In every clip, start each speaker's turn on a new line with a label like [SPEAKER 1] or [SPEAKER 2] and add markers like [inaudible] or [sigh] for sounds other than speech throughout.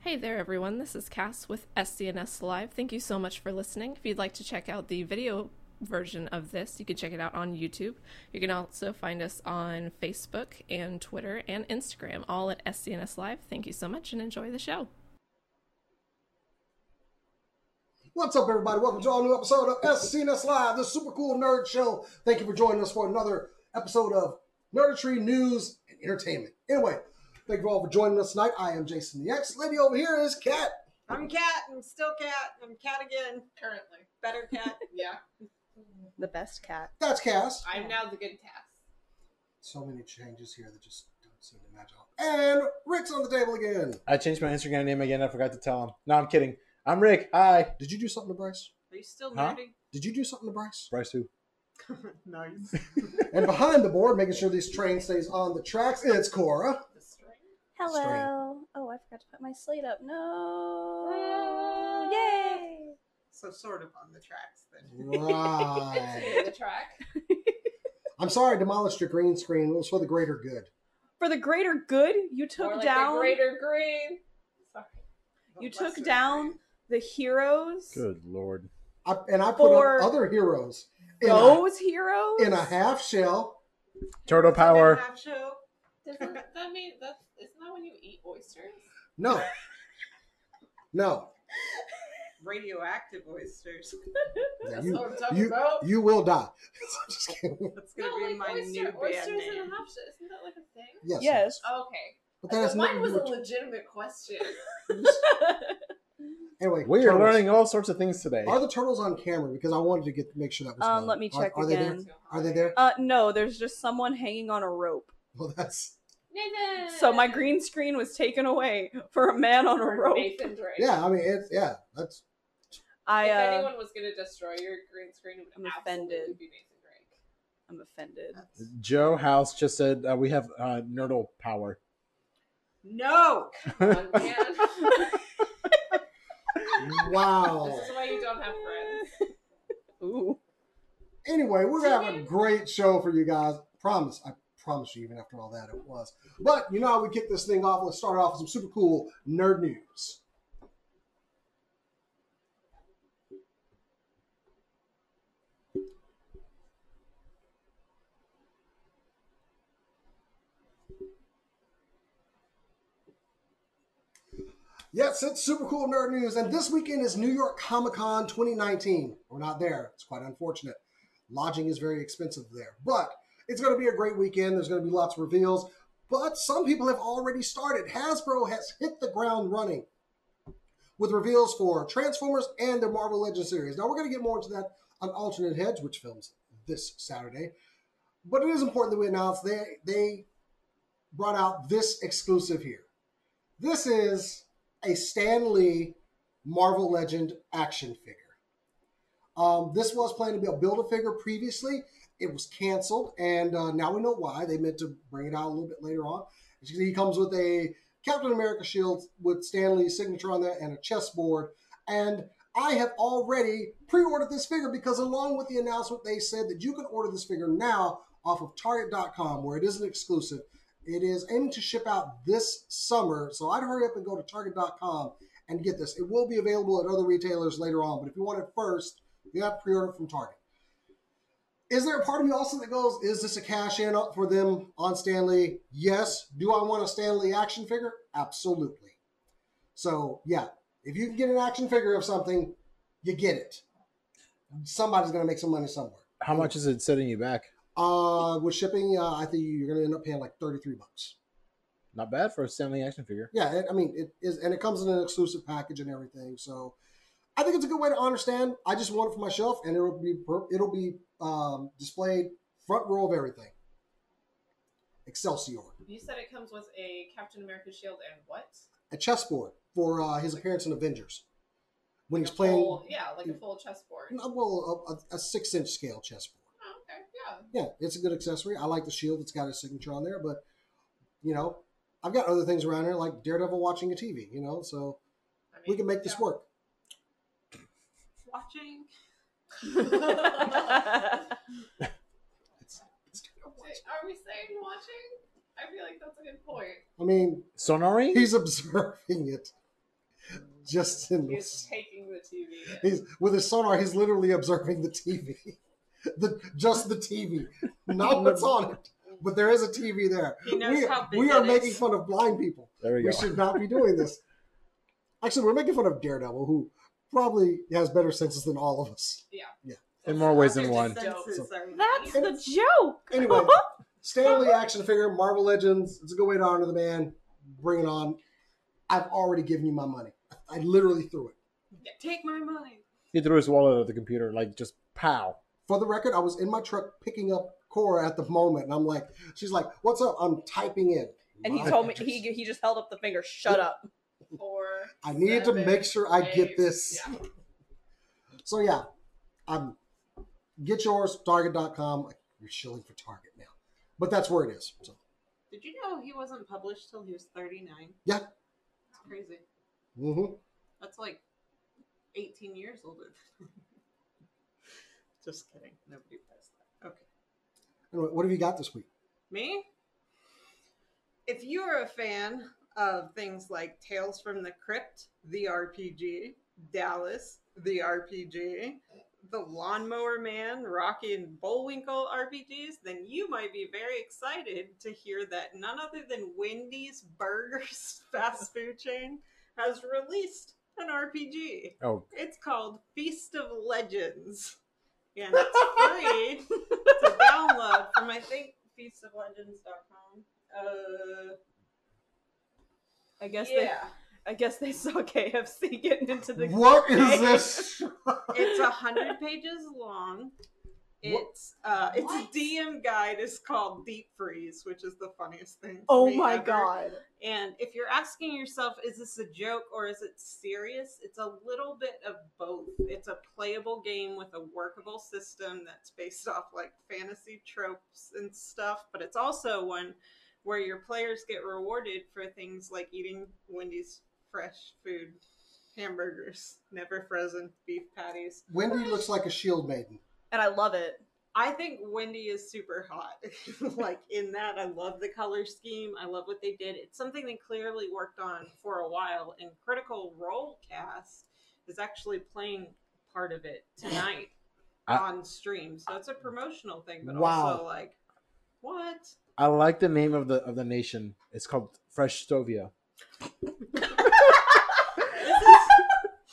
[SPEAKER 1] Hey there, everyone. This is Cass with SCNS Live. Thank you so much for listening. If you'd like to check out the video version of this, you can check it out on YouTube. You can also find us on Facebook and Twitter and Instagram, all at SCNS Live. Thank you so much and enjoy the show.
[SPEAKER 2] What's up, everybody? Welcome to all new episode of SCNS Live, the super cool nerd show. Thank you for joining us for another episode of Nerdtree News and Entertainment. Anyway, thank you all for joining us tonight. I am Jason the X. Lady over here is Kat.
[SPEAKER 3] I'm cat. I'm still cat. I'm cat again.
[SPEAKER 4] currently.
[SPEAKER 3] Better
[SPEAKER 4] [laughs]
[SPEAKER 3] cat.
[SPEAKER 4] Yeah,
[SPEAKER 5] the best cat.
[SPEAKER 2] That's Cass.
[SPEAKER 4] I'm now the good task.
[SPEAKER 2] So many changes here that just don't seem to match up. And Rick's on the table again.
[SPEAKER 6] I changed my Instagram name again. I forgot to tell him. No, I'm kidding. I'm Rick. Hi.
[SPEAKER 2] Did you do something to Bryce?
[SPEAKER 3] Are you still
[SPEAKER 6] Huh?
[SPEAKER 3] nerdy?
[SPEAKER 2] Did you do something to Bryce?
[SPEAKER 6] Bryce who?
[SPEAKER 3] nice.
[SPEAKER 2] And behind the board, making sure this train stays on the tracks, it's Cora.
[SPEAKER 5] Hello.
[SPEAKER 2] Straight.
[SPEAKER 5] Oh, I forgot to put my slate up. No. Yay.
[SPEAKER 3] So sort of on the tracks then.
[SPEAKER 5] [laughs]
[SPEAKER 2] Right.
[SPEAKER 4] the track.
[SPEAKER 2] [laughs] I'm sorry I demolished your green screen. It was for the greater good.
[SPEAKER 5] For the greater good, you took
[SPEAKER 4] Or like
[SPEAKER 5] down
[SPEAKER 4] the greater green. Sorry.
[SPEAKER 3] But
[SPEAKER 5] You
[SPEAKER 3] less
[SPEAKER 5] took
[SPEAKER 3] of a
[SPEAKER 5] down-
[SPEAKER 3] green.
[SPEAKER 5] the heroes.
[SPEAKER 6] Good lord.
[SPEAKER 2] I, and I put
[SPEAKER 5] For-
[SPEAKER 2] up other heroes in a,
[SPEAKER 5] Those heroes.
[SPEAKER 2] in a half shell.
[SPEAKER 6] Turtle
[SPEAKER 3] Is it a
[SPEAKER 6] power.
[SPEAKER 3] half show?
[SPEAKER 4] Doesn't that mean that's isn't that when you eat oysters?
[SPEAKER 2] No,
[SPEAKER 5] [laughs]
[SPEAKER 2] no,
[SPEAKER 3] Radioactive oysters. [laughs]
[SPEAKER 2] Yeah,
[SPEAKER 4] That's
[SPEAKER 2] you
[SPEAKER 4] what I'm talking
[SPEAKER 2] you-
[SPEAKER 4] about.
[SPEAKER 2] you will die. [laughs] Just kidding.
[SPEAKER 3] That's
[SPEAKER 4] No,
[SPEAKER 3] gonna be
[SPEAKER 4] like
[SPEAKER 3] my
[SPEAKER 4] oyster,
[SPEAKER 3] new
[SPEAKER 4] oysters
[SPEAKER 3] band name.
[SPEAKER 4] and a half shell. Isn't that like a thing?
[SPEAKER 2] Yes,
[SPEAKER 5] Yes.
[SPEAKER 4] Okay.
[SPEAKER 2] but that has
[SPEAKER 4] mine
[SPEAKER 2] nothing to
[SPEAKER 4] was
[SPEAKER 2] do
[SPEAKER 4] a
[SPEAKER 2] with
[SPEAKER 4] legitimate question.
[SPEAKER 2] anyway.
[SPEAKER 6] We are
[SPEAKER 2] turtles.
[SPEAKER 6] learning all sorts of things today.
[SPEAKER 2] Are the turtles on camera? Because I wanted to get make sure that was.
[SPEAKER 5] Um,
[SPEAKER 2] on.
[SPEAKER 5] let me
[SPEAKER 2] Are-
[SPEAKER 5] check
[SPEAKER 2] are,
[SPEAKER 5] again.
[SPEAKER 2] They there? [laughs] Are they there?
[SPEAKER 5] Uh, no, there's just someone hanging on a rope.
[SPEAKER 2] Well, that's
[SPEAKER 4] Nathan.
[SPEAKER 5] So my green screen was taken away for a man on a
[SPEAKER 4] Or
[SPEAKER 5] rope.
[SPEAKER 4] Nathan Drake.
[SPEAKER 2] yeah. I mean, it's yeah.
[SPEAKER 5] [laughs]
[SPEAKER 2] That's
[SPEAKER 5] I
[SPEAKER 4] if
[SPEAKER 5] uh,
[SPEAKER 4] anyone was gonna destroy your green screen, it would
[SPEAKER 5] I'm
[SPEAKER 4] absolutely
[SPEAKER 5] offended.
[SPEAKER 4] be Nathan Drake.
[SPEAKER 5] I'm offended.
[SPEAKER 6] Joe House just said uh, we have uh, nerdle power.
[SPEAKER 3] No.
[SPEAKER 2] [laughs]
[SPEAKER 4] Come on, man. [laughs]
[SPEAKER 2] wow.
[SPEAKER 4] this is why you don't have friends.
[SPEAKER 5] [laughs] Ooh.
[SPEAKER 2] anyway, we're gonna have a great show for you guys. Promise. I promise you, even after all that, it was. But you know how we kick this thing off. Let's start off with some super cool nerd news. Yes, it's super cool nerd news, and this weekend is New York Comic Con 2019. We're not there. It's quite unfortunate. Lodging is very expensive there, but it's going to be a great weekend. There's going to be lots of reveals, but some people have already started. Hasbro has hit the ground running with reveals for Transformers and their Marvel Legends series. Now, we're going to get more into that on Alternate Heads, which films this Saturday, but it is important that we announce they, they brought out this exclusive here. This is a Stan Lee Marvel Legend action figure. Um, this was planned to be a build a figure previously. It was canceled, and uh, now we know why. They meant to bring it out a little bit later on. As you can see, he comes with a Captain America shield with Stan Lee's signature on there and a chessboard. And I have already pre ordered this figure because, along with the announcement, they said that you can order this figure now off of Target.com, where it is an exclusive. It is aiming to ship out this summer, so I'd hurry up and go to Target.com and get this. It will be available at other retailers later on, but if you want it first, you have to pre-order from Target. Is there a part of me also that goes, is this a cash in up for them on Stanley? Yes. Do I want a Stanley action figure? Absolutely. So yeah, if you can get an action figure of something, you get it. Somebody's going to make some money somewhere.
[SPEAKER 6] How much is it setting you back?
[SPEAKER 2] Uh, with shipping, uh, I think you're going to end up paying like thirty-three bucks.
[SPEAKER 6] Not bad for a Stanley action figure.
[SPEAKER 2] Yeah, it, I mean, it is, and it comes in an exclusive package and everything. So, I think it's a good way to understand. I just want it for my shelf, and it'll be per- it'll be um, displayed front row of everything. Excelsior,
[SPEAKER 4] You said it comes with a Captain America shield and what?
[SPEAKER 2] a chessboard for uh, his appearance in Avengers when
[SPEAKER 4] Like
[SPEAKER 2] he's
[SPEAKER 4] a
[SPEAKER 2] playing
[SPEAKER 4] full- yeah, like a full chessboard.
[SPEAKER 2] uh, well a, a, a six inch scale chessboard.
[SPEAKER 4] Oh, okay, yeah.
[SPEAKER 2] Yeah, it's a good accessory. I like the shield; it's got his signature on there. But you know, I've got other things around here like Daredevil watching a TV. You know, so
[SPEAKER 4] I mean,
[SPEAKER 2] we can make this
[SPEAKER 4] yeah.
[SPEAKER 2] work.
[SPEAKER 3] Watching.
[SPEAKER 4] Are we saying watching? I feel like that's a good point.
[SPEAKER 2] I mean,
[SPEAKER 6] Sonari?
[SPEAKER 2] He's observing it. just in
[SPEAKER 4] He's taking the TV. in.
[SPEAKER 2] he's with his sonar he's literally observing the tv [laughs] the just the tv not what's on it but there is a tv there
[SPEAKER 3] He knows
[SPEAKER 2] we,
[SPEAKER 3] how big
[SPEAKER 2] we are
[SPEAKER 3] it
[SPEAKER 2] making
[SPEAKER 3] is.
[SPEAKER 2] fun of blind people
[SPEAKER 6] There we
[SPEAKER 2] we,
[SPEAKER 6] go.
[SPEAKER 2] should not be doing
[SPEAKER 3] [laughs]
[SPEAKER 2] this actually we're making fun of daredevil who probably has better senses than all of us
[SPEAKER 6] In more ways than
[SPEAKER 4] They're
[SPEAKER 6] one.
[SPEAKER 4] just dope.
[SPEAKER 3] Senses are-
[SPEAKER 5] That's the joke.
[SPEAKER 2] anyway
[SPEAKER 3] [laughs]
[SPEAKER 2] stanley action figure marvel legends it's a good way to honor the man bring it on i've already given you my money i literally threw it
[SPEAKER 3] Take my money.
[SPEAKER 6] He threw his wallet at the computer, like just pow.
[SPEAKER 2] for the record, I was in my truck picking up Cora at the moment, and I'm like, she's like, "What's up?" I'm typing in,
[SPEAKER 5] [laughs] And he
[SPEAKER 2] My
[SPEAKER 5] told me
[SPEAKER 2] address.
[SPEAKER 5] he he just held up the finger. Shut up.
[SPEAKER 4] Four. [laughs]
[SPEAKER 2] I needed to
[SPEAKER 4] seven,
[SPEAKER 2] make sure I get
[SPEAKER 4] eight.
[SPEAKER 2] this.
[SPEAKER 4] Yeah.
[SPEAKER 2] So yeah, I'm get yours Target.com. You're shilling for Target now, but that's where it is. So,
[SPEAKER 3] Did you know he wasn't published till he was 39?
[SPEAKER 2] Yeah.
[SPEAKER 3] It's crazy.
[SPEAKER 2] mhm.
[SPEAKER 3] That's like 18 years older. than me. Just kidding. Nobody does that. Okay.
[SPEAKER 2] Anyway, what have you got this week?
[SPEAKER 3] Me? If you are a fan of things like Tales from the Crypt, the RPG, Dallas, the RPG, the Lawnmower Man, Rocky and Bullwinkle RPGs, then you might be very excited to hear that none other than Wendy's Burgers [laughs] fast food chain has released an RPG.
[SPEAKER 6] Oh,
[SPEAKER 3] It's called Feast of Legends. And it's free [laughs] to download from I think feastoflegends.com. Uh
[SPEAKER 5] I guess
[SPEAKER 3] yeah.
[SPEAKER 5] they I guess they saw KFC getting into the
[SPEAKER 2] What
[SPEAKER 5] [laughs]
[SPEAKER 2] is this?
[SPEAKER 3] It's a hundred pages long. It's uh it's a
[SPEAKER 4] What?
[SPEAKER 3] DM guide is called Deep Freeze, which is the funniest thing. to
[SPEAKER 5] Oh
[SPEAKER 3] me
[SPEAKER 5] my
[SPEAKER 3] ever.
[SPEAKER 5] god.
[SPEAKER 3] And if you're asking yourself, is this a joke or is it serious? It's a little bit of both. It's a playable game with a workable system that's based [laughs] off like fantasy tropes and stuff, but it's also one where your players get rewarded for things like eating Wendy's fresh food, hamburgers, never frozen beef patties.
[SPEAKER 2] Wendy looks like a shield maiden.
[SPEAKER 5] And I love it.
[SPEAKER 3] I think Wendy is super hot. [laughs] like in that, I love the color scheme. I love what they did. It's something they clearly worked on for a while. And Critical Role cast is actually playing part of it tonight
[SPEAKER 6] I-
[SPEAKER 3] on stream. So it's a promotional thing, but
[SPEAKER 2] Wow.
[SPEAKER 3] also like, what?
[SPEAKER 6] I like the name of the of the nation. It's called Fresh Stovia.
[SPEAKER 3] This is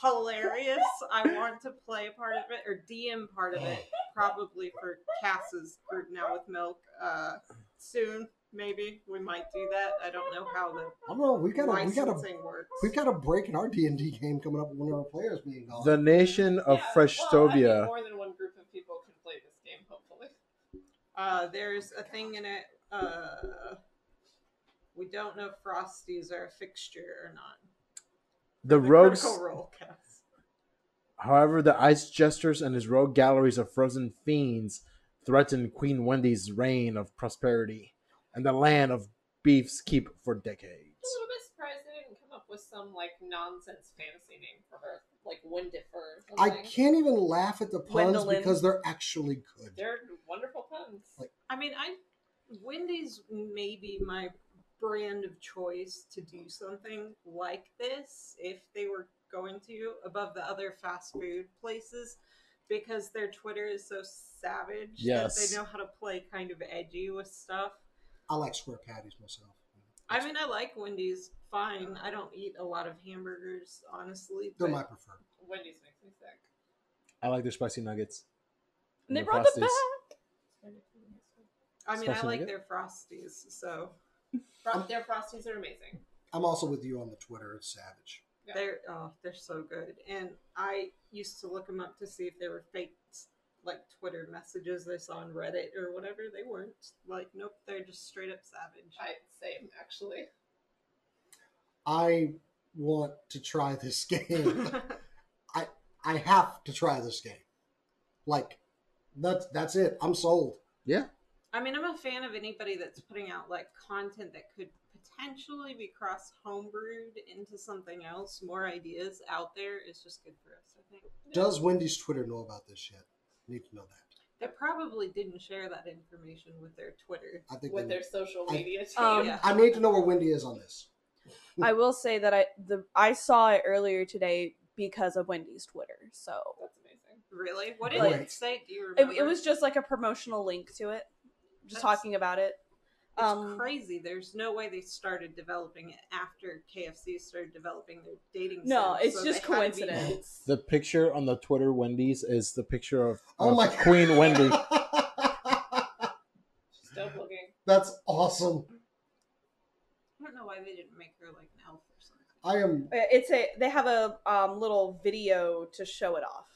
[SPEAKER 3] hilarious. I want to play part of it or DM part of it, probably for Cass's group now with Milk uh, soon. Maybe we might do that. I don't know how the
[SPEAKER 2] I don't know. We got a we got a
[SPEAKER 3] licensing works.
[SPEAKER 2] we got a break in our D and D game coming up with one of our players being gone.
[SPEAKER 6] The nation of
[SPEAKER 4] Yeah,
[SPEAKER 6] Fresh
[SPEAKER 4] well, I think
[SPEAKER 6] Stovia.
[SPEAKER 4] more than one group of people can play this game, hopefully.
[SPEAKER 3] Uh, there's a thing in it. Uh, we don't know if Frosties are a fixture or not.
[SPEAKER 6] the
[SPEAKER 3] The
[SPEAKER 6] rogues,
[SPEAKER 3] Critical Role cast.
[SPEAKER 6] however, the ice jesters and his rogue galleries of frozen fiends threaten Queen Wendy's reign of prosperity and the land of beef's keep for decades.
[SPEAKER 4] I'm a little bit surprised they didn't come up with some like nonsense fantasy name for her, like Windifer. or
[SPEAKER 2] I
[SPEAKER 4] something.
[SPEAKER 2] can't even laugh at the puns
[SPEAKER 5] Gwendolyn.
[SPEAKER 2] because they're actually good.
[SPEAKER 4] They're wonderful puns.
[SPEAKER 2] Like-
[SPEAKER 3] I mean, I Wendy's may be my brand of choice to do something like this if they were going to above the other fast food places because their Twitter is so savage that
[SPEAKER 6] Yes.
[SPEAKER 3] they know how to play kind of edgy with stuff.
[SPEAKER 2] I like square patties myself.
[SPEAKER 3] I mean, I like Wendy's fine. I don't eat a lot of hamburgers, honestly.
[SPEAKER 2] They're
[SPEAKER 3] but
[SPEAKER 2] my preferred.
[SPEAKER 4] Wendy's makes me sick.
[SPEAKER 6] I like their spicy nuggets.
[SPEAKER 5] And they
[SPEAKER 6] the
[SPEAKER 5] brought them
[SPEAKER 6] Frosties.
[SPEAKER 5] back.
[SPEAKER 3] I mean, I
[SPEAKER 6] Special
[SPEAKER 3] like
[SPEAKER 6] nugget?
[SPEAKER 3] their Frosties. So
[SPEAKER 4] Fro- their frosties are amazing.
[SPEAKER 2] I'm also with you on the Twitter. It's savage.
[SPEAKER 4] Yeah.
[SPEAKER 3] they're oh, they're so good. And I used to look them up to see if they were fake, like Twitter messages I saw on Reddit or whatever. They weren't. Like, nope, they're just straight up savage. [laughs]
[SPEAKER 4] I same actually.
[SPEAKER 2] I want to try this [laughs] game. I have to try this game. Like, that's that's it. I'm sold.
[SPEAKER 3] I mean, I'm a fan of anybody that's putting out like content that could potentially be cross homebrewed into something else. More ideas out there is just good for us, I think.
[SPEAKER 2] Does Wendy's Twitter know about this shit? Need to know that.
[SPEAKER 3] They probably didn't share that information with their Twitter.
[SPEAKER 2] I think.
[SPEAKER 4] With
[SPEAKER 2] They,
[SPEAKER 4] their social
[SPEAKER 2] I-
[SPEAKER 4] media team.
[SPEAKER 5] Um,
[SPEAKER 3] yeah.
[SPEAKER 2] I need to know where Wendy is on this.
[SPEAKER 5] I will say that I the I saw it earlier today because of Wendy's Twitter. So
[SPEAKER 4] That's amazing.
[SPEAKER 3] Really? What did
[SPEAKER 2] Great.
[SPEAKER 3] it say? Do you
[SPEAKER 5] it,
[SPEAKER 3] remember?
[SPEAKER 5] it was just like a promotional link to it,
[SPEAKER 3] That's-
[SPEAKER 5] just talking about it.
[SPEAKER 3] It's
[SPEAKER 5] um,
[SPEAKER 3] crazy. There's no way they started developing it after KFC started developing their dating.
[SPEAKER 5] No,
[SPEAKER 3] sims,
[SPEAKER 5] it's
[SPEAKER 3] so
[SPEAKER 5] just
[SPEAKER 3] they had to be-
[SPEAKER 5] coincidence.
[SPEAKER 6] The picture on the Twitter Wendy's is the picture of,
[SPEAKER 2] Oh
[SPEAKER 6] of
[SPEAKER 2] my
[SPEAKER 6] Queen Wendy.
[SPEAKER 4] She's dope looking.
[SPEAKER 2] [laughs] That's awesome.
[SPEAKER 3] I don't know why they didn't make her like an elf or something.
[SPEAKER 2] I am
[SPEAKER 5] Uh, It's a they have a um, little video to show it off.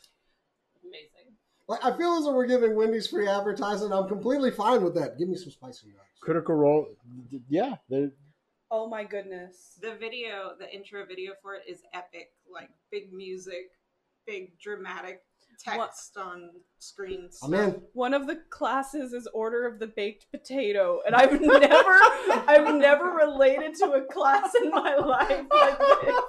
[SPEAKER 4] Amazing.
[SPEAKER 2] like I feel as though we're giving Wendy's free advertising. I'm completely fine with that. Give me some spicy nuts.
[SPEAKER 6] Critical Role. d- Yeah, they
[SPEAKER 5] Oh my goodness!
[SPEAKER 3] The video, the intro video for it is epic. Like big music, big dramatic
[SPEAKER 5] What-
[SPEAKER 3] text on screen.
[SPEAKER 2] I'm in.
[SPEAKER 5] One of the classes is Order of the Baked Potato,
[SPEAKER 3] [laughs]
[SPEAKER 5] and I've never I've never related to a class in my life like this.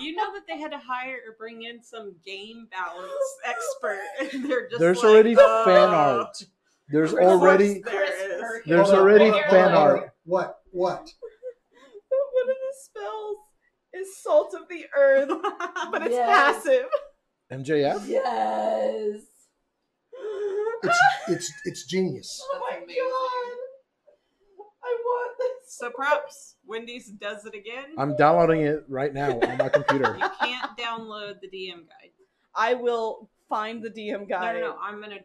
[SPEAKER 3] You know that they had to hire or bring in some game balance
[SPEAKER 4] [gasps]
[SPEAKER 3] expert, and they're just
[SPEAKER 6] there's
[SPEAKER 3] like,
[SPEAKER 6] already
[SPEAKER 3] "Uh,
[SPEAKER 6] fan art. There's
[SPEAKER 3] of course
[SPEAKER 6] already
[SPEAKER 3] there
[SPEAKER 4] Chris
[SPEAKER 3] is."
[SPEAKER 4] Burke.
[SPEAKER 6] There's
[SPEAKER 2] Hold on,
[SPEAKER 6] already
[SPEAKER 2] hold on,
[SPEAKER 6] fan
[SPEAKER 2] hold on, hold on.
[SPEAKER 6] art.
[SPEAKER 2] What? What?
[SPEAKER 5] [laughs] One of the spells is Salt of the Earth, but it's passive.
[SPEAKER 6] MJF.
[SPEAKER 7] Yes.
[SPEAKER 5] [laughs]
[SPEAKER 2] It's
[SPEAKER 5] Oh
[SPEAKER 2] it's it's genius.
[SPEAKER 4] Oh my god.
[SPEAKER 5] I want this.
[SPEAKER 3] So props. Wendy's does it again.
[SPEAKER 6] I'm downloading it right now on my computer.
[SPEAKER 3] you can't download the DM guide.
[SPEAKER 5] I will find the DM guy.
[SPEAKER 3] No, no, no. I'm gonna.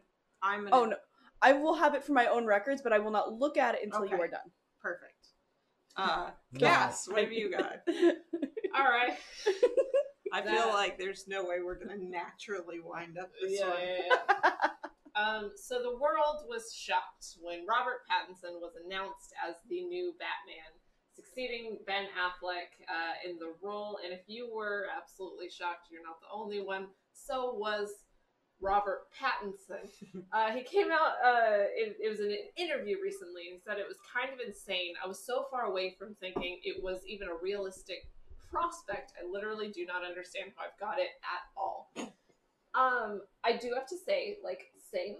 [SPEAKER 3] I'm gonna.
[SPEAKER 5] Oh no. I will have it for my own records, but I will not look at it until you
[SPEAKER 3] Okay.
[SPEAKER 5] are done. [laughs]
[SPEAKER 3] Perfect. Uh,
[SPEAKER 6] No.
[SPEAKER 3] Cass, what have you
[SPEAKER 4] [laughs]
[SPEAKER 3] got?
[SPEAKER 4] All right.
[SPEAKER 3] I feel
[SPEAKER 4] That-
[SPEAKER 3] like there's no way we're gonna naturally wind up this
[SPEAKER 4] yeah,
[SPEAKER 3] one.
[SPEAKER 4] yeah, [laughs] yeah. um, so the world was shocked when Robert Pattinson was announced as the new Batman, succeeding Ben Affleck uh, in the role. And if you were absolutely shocked, you're not the only one. So was Robert
[SPEAKER 3] [laughs]
[SPEAKER 4] Pattinson. Uh, he came out, uh, it, it was in an interview recently and said it was kind of insane. I was so far away from thinking it was even a realistic prospect. I literally do not understand how I've got it at all. Um, I do have to say, like, same.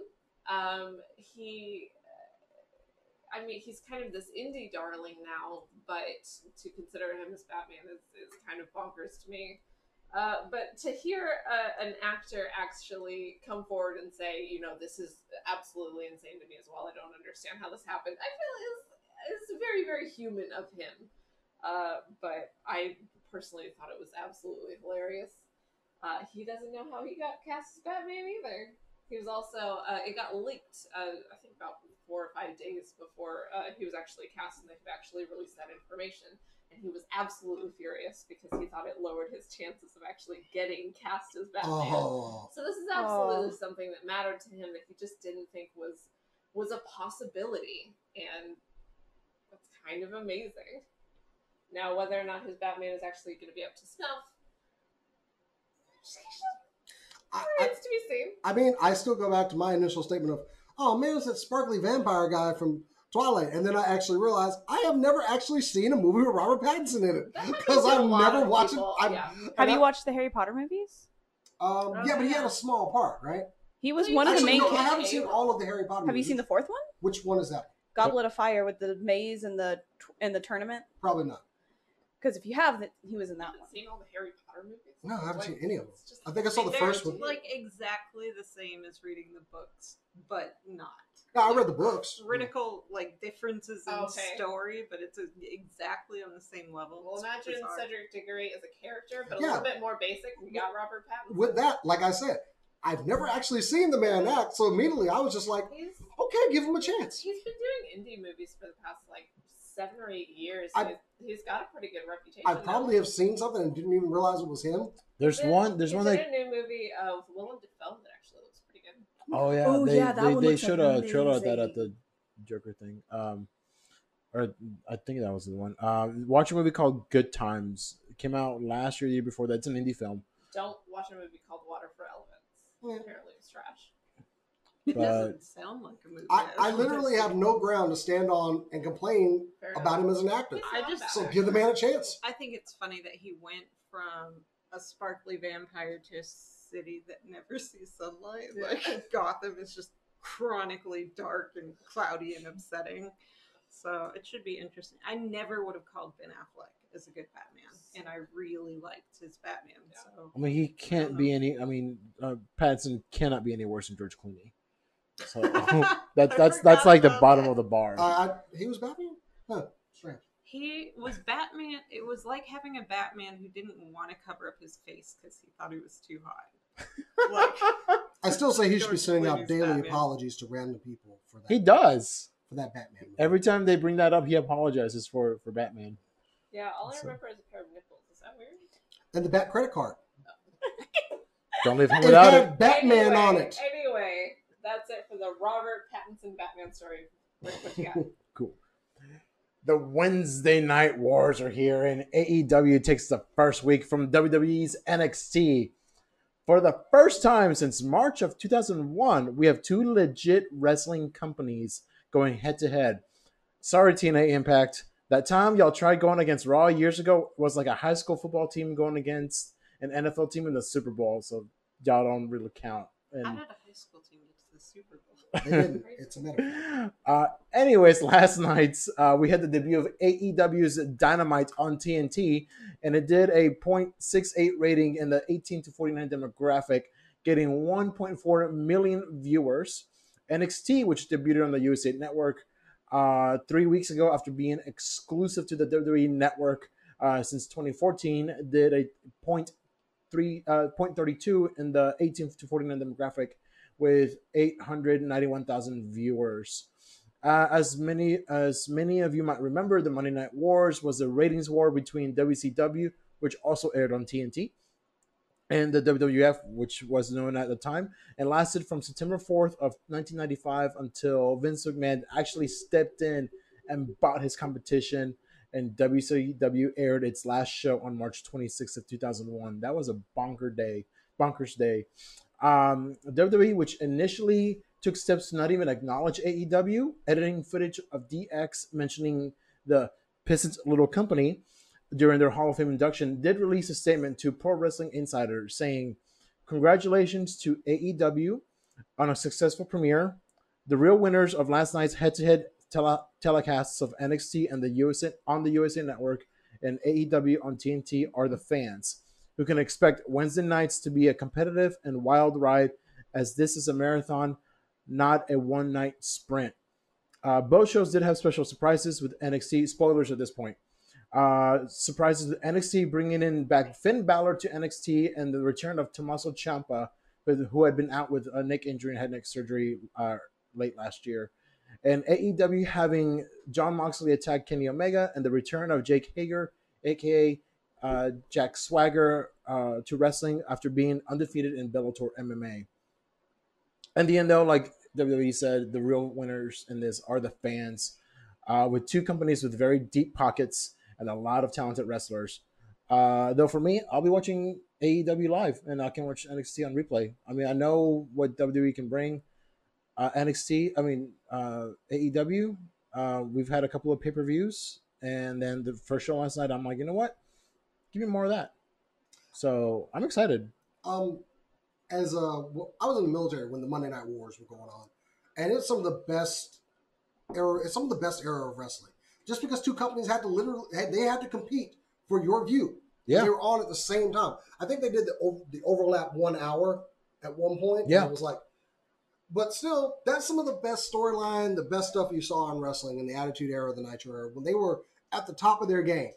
[SPEAKER 4] Um, he, uh, I mean, he's kind of this indie darling now, but to consider him as Batman is, is kind of bonkers to me. Uh, but to hear uh, an actor actually come forward and say, you know, this is absolutely insane to me as well. I don't understand how this happened. I feel is is very very human of him. Uh, but I personally thought it was absolutely hilarious. Uh, he doesn't know how he got cast as Batman either. He was also uh, it got leaked. Uh, I think about four or five days before uh, he was actually cast, and they've actually released that information and he was absolutely furious because he thought it lowered his chances of actually getting cast as Batman.
[SPEAKER 2] Oh,
[SPEAKER 4] So this is absolutely
[SPEAKER 5] Aw.
[SPEAKER 4] something that mattered to him that he just didn't think was was a possibility, and that's kind of amazing. Now, whether or not his Batman is actually going to be up to snuff
[SPEAKER 2] I, I,
[SPEAKER 4] remains to be seen.
[SPEAKER 2] I mean, I still go back to my initial statement of, oh man, it's that sparkly vampire guy from Twilight, and then I actually realized I have never actually seen a movie with Robert Pattinson in it
[SPEAKER 4] That happens
[SPEAKER 2] because
[SPEAKER 4] to
[SPEAKER 2] I've
[SPEAKER 4] a lot
[SPEAKER 2] never
[SPEAKER 4] of
[SPEAKER 2] watched
[SPEAKER 4] people,
[SPEAKER 2] it. I,
[SPEAKER 4] yeah.
[SPEAKER 5] Have you watched the Harry Potter movies?
[SPEAKER 2] Um, yeah, but he had a small part, right?
[SPEAKER 5] He was
[SPEAKER 4] Please.
[SPEAKER 5] one of the
[SPEAKER 2] Actually,
[SPEAKER 5] main.
[SPEAKER 2] no, I
[SPEAKER 4] characters.
[SPEAKER 2] haven't seen all of the Harry Potter.
[SPEAKER 5] Have you
[SPEAKER 2] movies.
[SPEAKER 5] seen the fourth one,
[SPEAKER 2] Which one is that?
[SPEAKER 5] Goblet of Fire, with the maze and the tw- and the tournament?
[SPEAKER 2] Probably not.
[SPEAKER 5] Because if you have, th- he was in
[SPEAKER 4] I
[SPEAKER 5] that
[SPEAKER 4] haven't
[SPEAKER 5] one.
[SPEAKER 4] seen all the Harry Potter movies.
[SPEAKER 2] No, I haven't
[SPEAKER 4] Like,
[SPEAKER 2] seen any of them.
[SPEAKER 4] it's just-
[SPEAKER 2] I think I saw the
[SPEAKER 3] They're
[SPEAKER 2] first one.
[SPEAKER 3] like exactly the same as reading the books, but not.
[SPEAKER 2] No, I read the books.
[SPEAKER 3] Critical like differences in
[SPEAKER 4] Okay.
[SPEAKER 3] story, but it's exactly on the same level.
[SPEAKER 4] Well,
[SPEAKER 3] It's
[SPEAKER 4] imagine
[SPEAKER 3] bizarre.
[SPEAKER 4] Cedric Diggory as a character, but a
[SPEAKER 2] Yeah.
[SPEAKER 4] little bit more basic. We got Robert Pattinson.
[SPEAKER 2] With that, like I said, I've never actually seen the man act, so immediately I was just like,
[SPEAKER 4] He's
[SPEAKER 2] okay, give him a chance.
[SPEAKER 4] He's been doing indie movies for the past like seven or eight years.
[SPEAKER 2] I-
[SPEAKER 4] and he's, he's got a pretty good reputation.
[SPEAKER 2] I
[SPEAKER 4] now.
[SPEAKER 2] probably have seen something and didn't even realize it was him.
[SPEAKER 6] There's one. There's
[SPEAKER 4] He's
[SPEAKER 6] one
[SPEAKER 4] in
[SPEAKER 6] that.
[SPEAKER 4] a new movie uh, with Willem Dafoe that actually looks pretty good.
[SPEAKER 6] Oh yeah.
[SPEAKER 5] Oh,
[SPEAKER 6] they,
[SPEAKER 5] yeah, that
[SPEAKER 6] they,
[SPEAKER 5] one
[SPEAKER 6] they
[SPEAKER 5] looks
[SPEAKER 6] showed a trailer of that at
[SPEAKER 5] amazing.
[SPEAKER 6] the Joker thing. Um, or I think that was the one. Um, watch a movie called Good Times. It came out last year, the year before. That's an indie film.
[SPEAKER 4] Don't watch a movie called Water for Elements. Apparently, it's trash.
[SPEAKER 3] It
[SPEAKER 6] But
[SPEAKER 3] doesn't sound like a movie.
[SPEAKER 2] I, I literally have no ground to stand on and complain
[SPEAKER 4] Fair
[SPEAKER 2] about
[SPEAKER 4] enough.
[SPEAKER 2] him as an actor.
[SPEAKER 4] He's
[SPEAKER 3] I
[SPEAKER 4] not
[SPEAKER 3] just-
[SPEAKER 4] bad.
[SPEAKER 2] So give the man a chance.
[SPEAKER 3] I think it's funny that he went from a sparkly vampire to a city that never [laughs] sees sunlight. Like Gotham is just chronically dark and cloudy and upsetting. So it should be interesting. I never would have called Ben Affleck is a good Batman, and I really liked his Batman. So
[SPEAKER 6] I mean, he can't be any. I mean, uh, Pattinson cannot be any worse than George Clooney.
[SPEAKER 2] [laughs]
[SPEAKER 6] So [laughs]
[SPEAKER 3] [laughs]
[SPEAKER 6] that,
[SPEAKER 3] I
[SPEAKER 6] that's
[SPEAKER 3] forgot
[SPEAKER 6] that's like the
[SPEAKER 3] about
[SPEAKER 6] bottom
[SPEAKER 3] that.
[SPEAKER 6] of the bar.
[SPEAKER 2] Uh, I- he was Batman. Huh. Strange.
[SPEAKER 3] he was Batman. It was like having a Batman who didn't want to cover up his face because he thought he was too hot. Like
[SPEAKER 2] I still say he should be
[SPEAKER 3] George
[SPEAKER 2] sending out
[SPEAKER 3] Clooney's
[SPEAKER 2] daily
[SPEAKER 3] Batman.
[SPEAKER 2] apologies to random people for that.
[SPEAKER 6] he does.
[SPEAKER 2] for that Batman. Movie.
[SPEAKER 6] Every time they bring that up, he apologizes for for Batman.
[SPEAKER 4] Yeah, all I
[SPEAKER 6] So-
[SPEAKER 4] remember is a pair of nipples. Is that weird?
[SPEAKER 2] and the Bat credit card.
[SPEAKER 6] Don't leave him
[SPEAKER 2] It
[SPEAKER 6] without
[SPEAKER 2] had [laughs]
[SPEAKER 6] it.
[SPEAKER 2] Batman
[SPEAKER 4] Anyway-
[SPEAKER 2] on it.
[SPEAKER 4] Anyway, that's it for the Robert Pattinson Batman story. Rick, what you got?
[SPEAKER 2] [laughs]
[SPEAKER 6] Cool. The Wednesday Night Wars are here, and AEW takes the first week from WWE's NXT. For the first time since March of 2001, we have two legit wrestling companies going head to head. Sorry, TNA Impact. That time y'all tried going against Raw years ago was like a high school football team going against an NFL team in the Super Bowl, so y'all don't really count.
[SPEAKER 3] how
[SPEAKER 6] And
[SPEAKER 3] did a high school team get to the Super Bowl?
[SPEAKER 2] They didn't. It's a metaphor.
[SPEAKER 6] Uh, anyways, [laughs] last night uh, we had the debut of AEW's Dynamite on TNT, and it did a 0.68 rating in the 18 to 49 demographic, getting 1.4 million viewers. NXT, which debuted on the USA Network uh, three weeks ago after being exclusive to the WWE Network uh, since 2014, did a 0.3, uh, 0.32 in the 18 to 49 demographic with 891,000 viewers. Uh, as many as many of you might remember, the Monday Night Wars was a ratings war between WCW, which also aired on TNT, and the WWF, which was known at the time, and lasted from September 4th of 1995 until Vince McMahon actually stepped in and bought his competition. And WCW aired its last show on March 26th of 2001. That was a bonker day, bonkers day um, WWE, which initially took steps to not even acknowledge AEW, editing footage of DX mentioning the Pistons Little Company during their Hall of Fame induction, did release a statement to Pro Wrestling Insider saying, Congratulations to AEW on a successful premiere. The real winners of last night's head to head telecasts of NXT and the USA on the USA Network and AEW on TNT are the fans who can expect Wednesday nights to be a competitive and wild ride, as this is a marathon, not a one night sprint. Uh, both shows did have special surprises with NXT. Spoilers at this point. Uh, surprises with NXT bringing in back Finn Balor to NXT and the return of Tommaso Ciampa, with- who had been out with a neck injury and head and neck surgery uh, late last year. And AEW having John Moxley attack Kenny Omega and the return of Jake Hager, aka uh, Jack Swagger uh, to wrestling after being undefeated in Bellator MMA. In the end, though, like WWE said, the real winners in this are the fans, uh, with two companies with very deep pockets and a lot of talented wrestlers. Uh, though for me, I'll be watching AEW live and I can watch NXT on replay. I mean, I know what WWE can bring. Uh, NXT, I mean, uh, AEW, uh, we've had a couple of pay per views. And then the first show last night, I'm like, you know what? give me more of that. So I'm excited.
[SPEAKER 2] um, as a, well, I was in the military when the Monday Night Wars were going on, and it's some of the best era. It's some of the best era of wrestling. Just because two companies had to literally, had, they had to compete for your view.
[SPEAKER 6] Yeah.
[SPEAKER 2] they were on at the same time. I think they did the ov- the overlap one hour at one point. and
[SPEAKER 6] Yeah.
[SPEAKER 2] it was like, but still, that's some of the best storyline, the best stuff you saw in wrestling in the Attitude Era, the Nitro Era, when they were at the top of their game.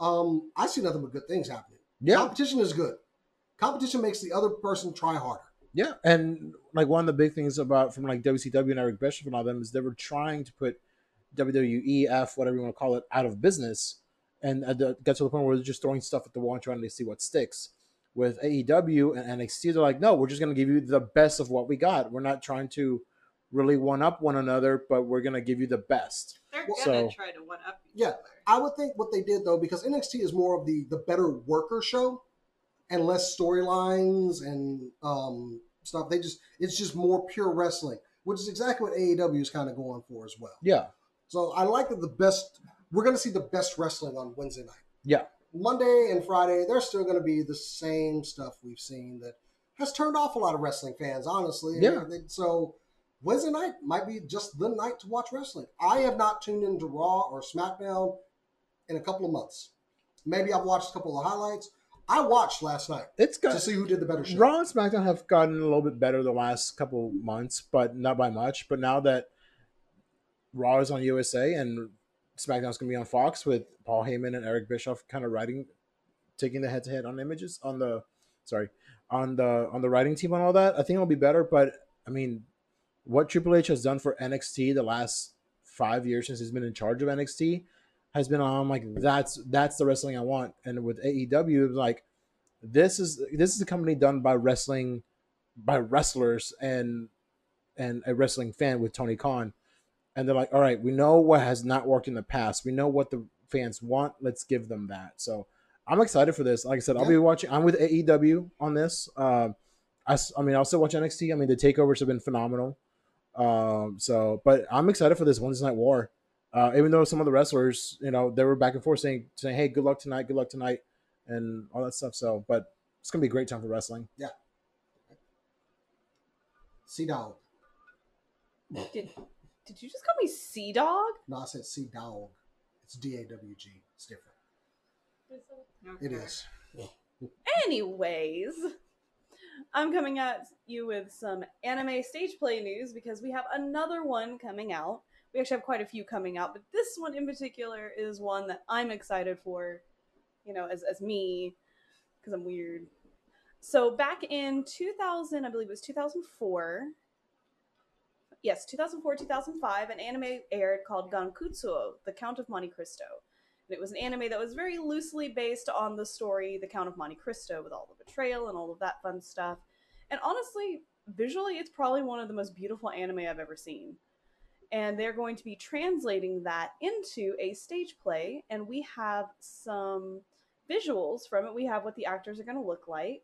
[SPEAKER 2] Um, I see nothing but good things happening.
[SPEAKER 6] Yeah,
[SPEAKER 2] Competition is good. Competition makes the other person try harder.
[SPEAKER 6] yeah. And like one of the big things about from like WCW and Eric Bischoff and all them is they were trying to put WWE, F, whatever you want to call it, out of business, and uh, the- got to the point where they're just throwing stuff at the wall and trying to see what sticks. With AEW and NXT, they're like, no, we're just going to give you the best of what we got. We're not trying to really one up one another, but we're going to give you the best.
[SPEAKER 3] They're
[SPEAKER 2] Well,
[SPEAKER 3] gonna
[SPEAKER 6] so-
[SPEAKER 3] try to one up each
[SPEAKER 2] Yeah.
[SPEAKER 3] other.
[SPEAKER 2] I would think what they did though, because NXT is more of the the better worker show and less storylines and um, stuff. They just it's just more pure wrestling, which is exactly what AEW is kind of going for as well.
[SPEAKER 6] Yeah,
[SPEAKER 2] So I like that the best we're going to see the best wrestling on Wednesday night.
[SPEAKER 6] Yeah.
[SPEAKER 2] Monday and Friday, they're still going to be the same stuff we've seen that has turned off a lot of wrestling fans, honestly.
[SPEAKER 6] Yeah.
[SPEAKER 2] They- So Wednesday night might be just the night to watch wrestling. I have not tuned into Raw or SmackDown in a couple of months. Maybe I've watched a couple of highlights. I watched last night
[SPEAKER 6] It's
[SPEAKER 2] to
[SPEAKER 6] got
[SPEAKER 2] see who did the better show.
[SPEAKER 6] Raw and SmackDown have gotten a little bit better the last couple months, but not by much. But now that Raw is on USA and SmackDown's going to be on Fox with Paul Heyman and Eric Bischoff kind of writing, taking the head to head on images on the, sorry, on the on the writing team and all that. I think it'll be better. But I mean, what Triple H has done for NXT the last five years since he's been in charge of NXT has been on like that's that's the wrestling I want. And with AEW, it was like this is this is a company done by wrestling by wrestlers and and a wrestling fan with Tony Khan. And they're like, all right, we know what has not worked in the past. We know what the fans want. Let's give them that. So I'm excited for this. Like I said, I'll be watching. I'm with AEW on this. Um, I, s- I mean, I also watch NXT. I mean, the takeovers have been phenomenal. Um, so, but I'm excited for this Wednesday Night War. Uh, even though some of the wrestlers, you know, they were back and forth saying, saying, "Hey, good luck tonight. Good luck tonight." and all that stuff. So, but it's gonna be a great time for wrestling.
[SPEAKER 2] Sea Dog.
[SPEAKER 5] Did, did you just call me Sea Dog?
[SPEAKER 2] No, I said Sea Dog. It's D A W G. It's different. It is.
[SPEAKER 5] Anyways, I'm coming at you with some anime stage play news because we have another one coming out. We actually have quite a few coming out, but this one in particular is one that I'm excited for, you know, as, as me, because I'm weird. So back in 2000, I believe it was 2004. Yes, 2004, 2005, an anime aired called Gankutsuo, The Count of Monte Cristo. And it was an anime that was very loosely based on the story The Count of Monte Cristo with all the betrayal and all of that fun stuff. And honestly, visually, it's probably one of the most beautiful anime I've ever seen. And they're going to be translating that into a stage play. And we have some visuals from it. We have what the actors are going to look like.